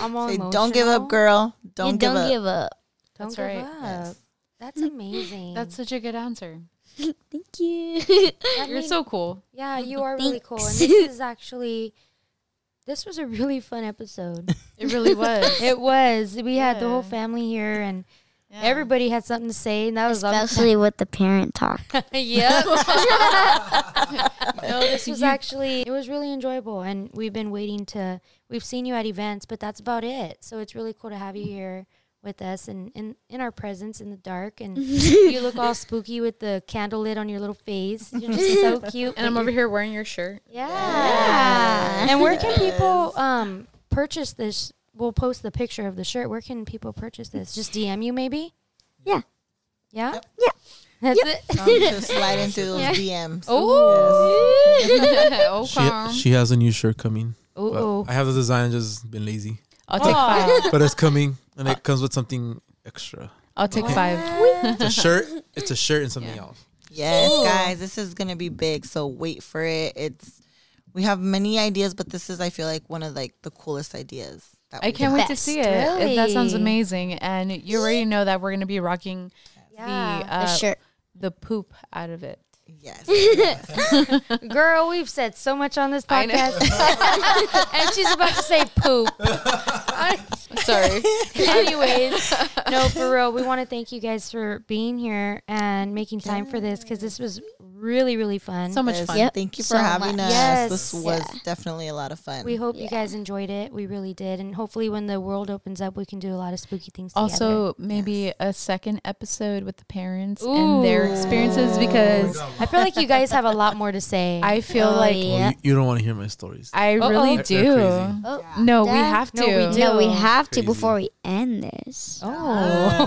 S1: I'm all
S5: Say, don't give up,
S1: emotional.
S5: girl. Don't,
S3: you
S5: give,
S3: don't
S5: up.
S3: give up
S1: Don't
S2: That's
S1: give
S2: right.
S1: up.
S5: Yes.
S1: That's amazing.
S2: That's such a good answer.
S3: thank you
S1: That
S2: You're
S1: made-
S2: so cool.
S1: Yeah, you are really cool. And
S3: Thanks.
S1: this is actually this was a really fun episode.
S2: It really was.
S1: it was. We had the whole
S2: Yeah.
S1: family here and
S2: Yeah.
S1: everybody had something to say and that was
S3: especially with the parent talk
S1: Yep.
S2: Oh,
S1: no, this was actually it was really enjoyable and we've been waiting to we've seen you at events, but that's about it. So it's really cool to have you here with us and in, in our presence in the dark and you look all spooky with the candle lit on your little face. You're just so cute.
S2: And I'm
S1: but
S2: over here wearing your shirt.
S1: Yeah. And where can people um purchase this? We'll post the picture of the shirt. Where can people purchase this? Just DM you maybe?
S3: Yeah.
S1: Yeah?
S5: Yep.
S3: Yeah.
S1: That's it.
S5: Don't just slide into those
S1: Yeah.
S5: DMs.
S2: oh,
S4: She, she has a new shirt coming. but
S1: Oh,
S4: I have the design. Just been lazy,
S2: I'll take five.
S4: but it's coming, and it comes with something extra.
S2: I'll take five.
S4: It's a shirt. It's a shirt and something
S2: Yeah.
S4: else.
S5: Yes, guys, this is gonna be big. So wait for it. It's we have many ideas, but this is I feel like one of like the coolest ideas. That
S2: I
S5: we
S2: can't
S5: have.
S2: wait to see it. It- That sounds
S1: Really?
S2: amazing. And you already know that we're going to be rocking the,
S1: yeah.
S3: the
S2: uh,
S3: shirt
S2: the poop out of it.
S5: Yes,
S1: Girl, we've said so much on this
S2: I know.
S1: podcast. and she's about to say poop.
S2: Sorry.
S1: Anyways, no, for real, we want to thank you guys for being here and making time for this because this was really, really fun.
S2: so much
S5: Yes,
S2: fun.
S3: Yep.
S5: Thank you for
S3: so
S5: having
S3: much.
S5: us.
S1: Yes.
S5: This was definitely a lot of fun.
S1: we hope you
S3: Yeah.
S1: guys enjoyed it. We really did. And hopefully, when the world opens up, we can do a lot of spooky things together.
S2: Also, maybe a second episode with the parents and their experiences
S4: Oh
S2: because
S1: I feel like you guys have a lot more to say.
S2: I feel
S3: Oh,
S2: like
S3: yeah.
S4: Well, you, you don't want to hear my stories.
S2: I really
S4: They're-
S2: do.
S4: they're crazy.
S3: oh
S2: No, we
S3: Dad.
S2: have to.
S1: No, we do.
S3: no we have to
S4: Crazy.
S3: before we end this
S1: oh.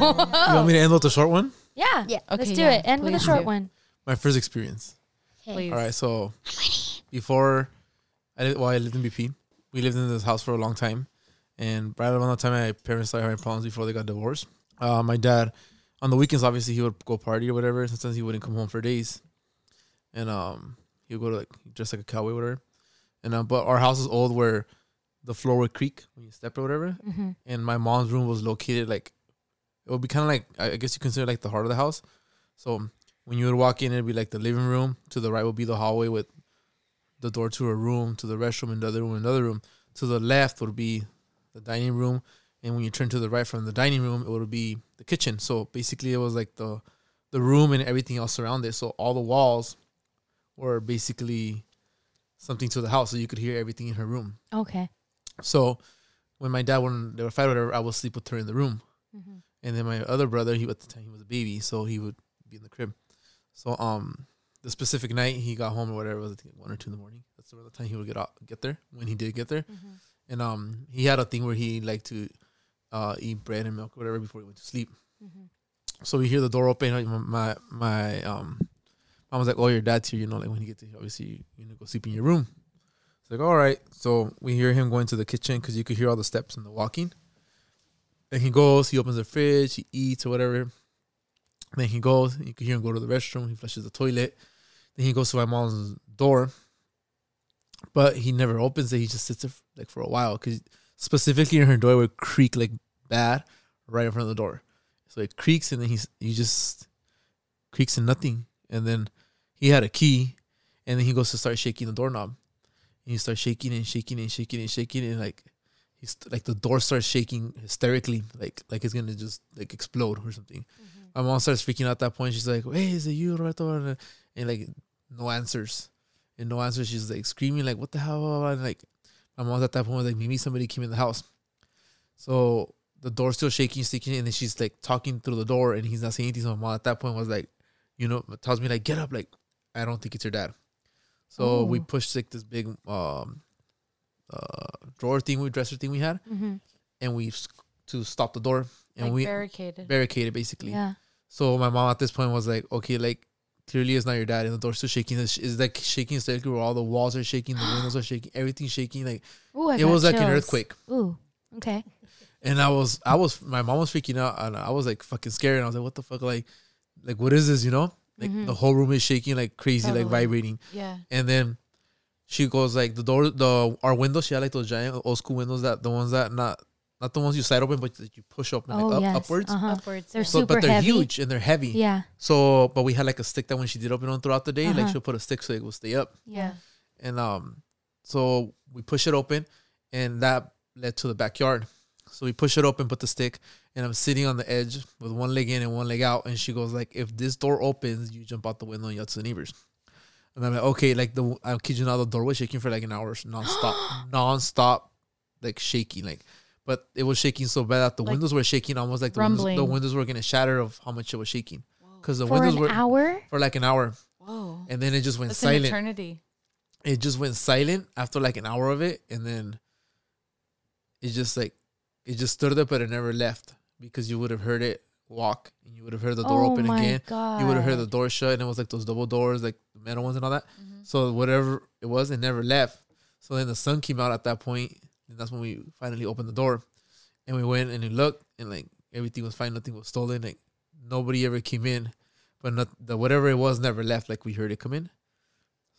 S4: You want me to end with a short one?
S1: yeah.
S3: Yeah.
S1: Let's
S2: Okay,
S1: do
S2: yeah,
S1: it. End with a
S2: please
S1: short
S2: do.
S1: one.
S4: My first experience.
S2: Please.
S4: All right, so before I lived, well, I lived in BP. We lived in this house for a long time, and right around the time my parents started having problems before they got divorced. Uh, my dad, on the weekends, obviously he would go party or whatever. Sometimes he wouldn't come home for days, and um, he would go to like dress like a cowboy, or whatever. And uh, but our house is old, where the floor would creak when you step or whatever.
S1: Mm-hmm.
S4: And my mom's room was located like it would be kind of like I I guess you consider like the heart of the house. So when you would walk in, it'd be like the living room. To the right would be the hallway with the door to a room, to the restroom, another room, another room. To the left would be the dining room, and when you turn to the right from the dining room, it would be the kitchen. So basically, it was like the the room and everything else around it. So all the walls were basically something to the house, so you could hear everything in her room.
S1: Okay.
S4: So when my dad when they would fight or whatever, I would sleep with her in the room.
S1: Mhm.
S4: And then my other brother, he at the time he was a baby, so he would be in the crib. So um the specific night he got home or whatever, it was I think one or two in the morning. That's the time he would get out get there when he did get there.
S1: Mm-hmm.
S4: And um he had a thing where he liked to uh eat bread and milk or
S1: Mm-hmm.
S4: whatever before he went to sleep. So we hear the door open. like, My my um Mom was like, "Oh, your dad's here. You know, like when you get to obviously you- you're gonna go sleep in your room." It's like, "All right." So we hear him going to the kitchen because you could hear all the steps and the walking. And he goes. He opens the fridge. He eats or whatever. Then he goes. You can hear him go to the restroom. He flushes the toilet. Then he goes to my mom's door, but he never opens it. He just sits there f- like for a while because specifically in her door would creak like bad right in front of the door. So it creaks and then he's he just creaks and nothing. And then he had a key and then he goes to start shaking the doorknob. And he starts shaking and shaking and shaking and shaking and like he's like the door starts shaking hysterically, like like it's gonna just like explode or something. My mom starts freaking out at that point. She's like, Hey, is it you, Roberto? And, and like no answers. And no answers. She's like screaming, like, what the hell? Blah, blah, blah. And like my mom's at that point was like, Maybe somebody came in the house. So the door's still shaking, sticking, and then she's like talking through the door, and he's not saying anything. So my mom at that point was like, you know, tells me like, get up, like, I don't think it's your dad. So we pushed like this big um uh drawer thing, we dresser thing we had,
S1: Mm-hmm.
S4: and we s- to stop the door, and
S2: like
S4: we
S2: barricaded.
S4: barricaded basically.
S1: Yeah.
S4: So my mom at this point was like, okay, like clearly it's not your dad, and the door's still shaking. It's, it's like shaking hysterically, where all the walls are shaking, the windows are shaking, everything's shaking. Like
S1: Ooh, I
S4: it
S1: got
S4: was like an
S1: chills.
S4: earthquake.
S1: Ooh. Okay.
S4: And I was, I was, my mom was freaking out, and I was like fucking scared. And I was like, what the fuck, like, like what is this, you know? Like
S1: Mhm.
S4: the whole room is shaking like crazy, like
S2: Totally.
S4: vibrating.
S2: yeah.
S4: And then she goes like the door, the our window. She had like those giant old school windows that the ones that not not the ones you slide open, but that you push open
S1: oh
S4: like up,
S1: yes.
S4: upwards.
S1: Uh-huh.
S2: Upwards.
S1: They're
S2: yeah.
S1: so-
S4: So,
S1: Super
S4: but they're
S1: heavy.
S4: huge and they're heavy.
S1: Yeah.
S4: So, but we had like a stick that when she did open on throughout the day, like
S1: Uh-huh.
S4: she'll put a stick so it will stay up.
S1: Yeah.
S4: And um, so we push it open, and that led to the backyard. So we push it open, put the stick, and I'm sitting on the edge with one leg in and one leg out. And she goes like, "If this door opens, you jump out the window and yell to the neighbors." And I'm like, "Okay." Like the I'm kidding you not, the door was shaking for like an hour nonstop, nonstop, like shaking, like. But it was shaking so bad that the
S2: Like
S4: windows were shaking, almost like the windows, the
S2: rumbling.
S4: windows were gonna shatter of how much it was shaking, because the
S1: For
S4: windows
S1: an
S4: were
S1: hour.
S4: for like an hour,
S2: Whoa.
S4: and then it just went
S2: That's an
S4: silent
S2: eternity.
S4: it just went silent after like an hour of it and then it just like it just stood up but it never left because you would have heard it walk and you would have heard the door
S1: oh
S4: open
S1: my
S4: again
S1: God.
S4: you would have heard the door shut and it was like those double doors like the metal ones and all that
S2: Mm-hmm.
S4: so whatever it was it never left so then the sun came out at that point and that's when we finally opened the door and we went and we looked and like everything was fine nothing was stolen like nobody ever came in but not the whatever it was never left like we heard it come in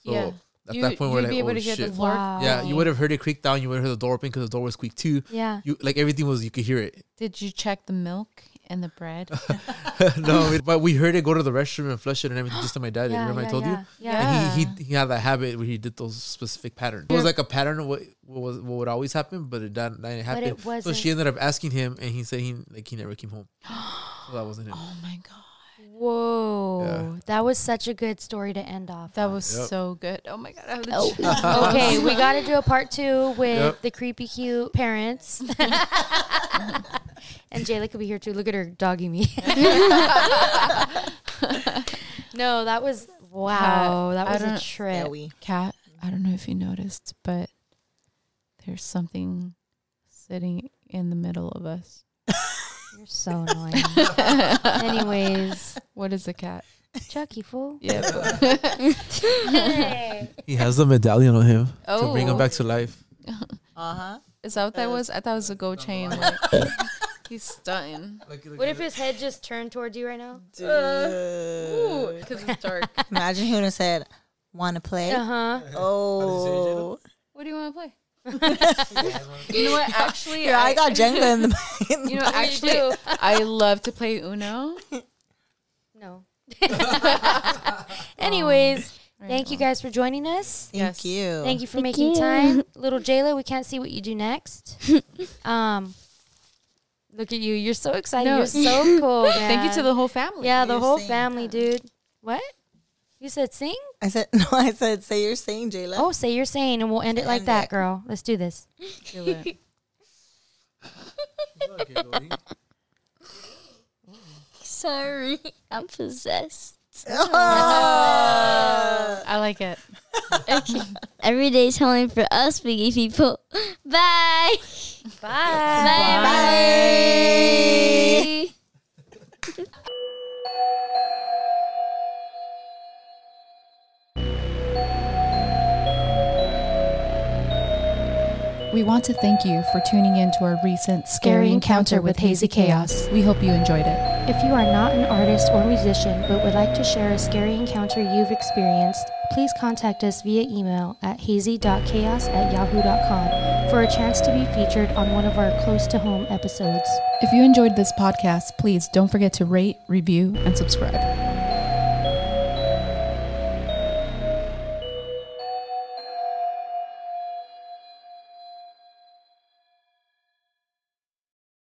S4: so
S2: Yeah.
S4: at
S2: You-
S4: that point we're
S2: you'd
S4: like
S2: be able
S4: oh
S2: to hear the
S4: shit
S2: floor
S1: Wow.
S4: yeah, you would have heard it creak down. You would have heard the door open because the door was squeaked too.
S1: Yeah.
S4: You like everything was you could hear it.
S2: Did you check the milk and the bread?
S4: no, we- but we heard it go to the restroom and flush it and everything. Just like my dad, did.
S1: yeah,
S4: remember
S1: yeah,
S4: I told you?
S1: yeah, Yeah.
S4: And he,
S1: Ah.
S2: Yeah.
S4: he he had that habit where he did those specific patterns. It was like a pattern of what what, was, what would always happen, but it didn't, that
S1: But
S4: didn't happen.
S1: it
S4: So
S1: wasn't.
S4: she ended up asking him, and he said he like he never came home. So that wasn't it.
S2: oh my god.
S1: Whoa. That was such a good story to end off.
S2: That
S1: on.
S2: was
S4: Yep.
S2: so good. Oh my god. I have a
S3: Oh.
S2: chills.
S1: okay, we got to do a part two with
S4: Yep.
S1: the creepy cute parents. and Jayla could be here too. Look at her dogging me. no, that was wow. That
S2: I
S1: was a
S2: don't-
S1: trip.
S5: Scary.
S2: Cat, I don't know if you noticed, but there's something sitting in the middle of us.
S1: You're so annoying. Anyways,
S2: What is a cat?
S1: Chucky fool.
S2: Yeah.
S4: He has the medallion on him to bring him
S2: Oh.
S4: back to life.
S5: Uh-huh.
S2: Is that what that was? I thought it was a gold chain. Like, he's stunning.
S1: What if his head just turned towards you right now?
S5: Dude.
S2: Because it's dark.
S5: Imagine he would have said, "Want to play?"
S1: Uh huh.
S5: Oh,
S2: What do you want to play? you know what? Actually,
S5: yeah, I
S2: I-
S5: got Jenga in the. in the-
S2: You know, actually, I love to play Uno.
S1: No. Anyways,
S5: Um,
S1: thank you guys for joining us.
S2: Yes.
S5: Thank you.
S1: Thank you for
S3: Thank
S1: making
S3: you.
S1: time. Little Jayla, we can't see what you do next. um Look at you. You're so excited.
S2: No.
S1: You're so cool.
S2: Thank you to
S1: man.
S2: the whole family.
S1: Yeah, the
S5: Oh, You're
S1: whole
S5: saying
S1: family, dude. What? You said sing?
S5: I said no. I said say you're saying Jayla.
S1: Oh, say you're saying and we'll end it like
S5: End
S1: that,
S5: it.
S1: girl. Let's do this.
S2: Do it.
S3: Sorry, I'm possessed.
S2: I like it.
S3: Every day is home for us, biggie people. Bye.
S1: Bye.
S3: Bye.
S7: want to thank you for tuning in to our recent Scary Encounter with Hazy Chaos. We hope you enjoyed it.
S1: If you are not an artist or musician but would like to share a scary encounter you've experienced, please contact us via email at hazy.chaos at yahoo.com for a chance to be featured on one of our close to home episodes.
S7: If you enjoyed this podcast, please don't forget to rate, review, and subscribe.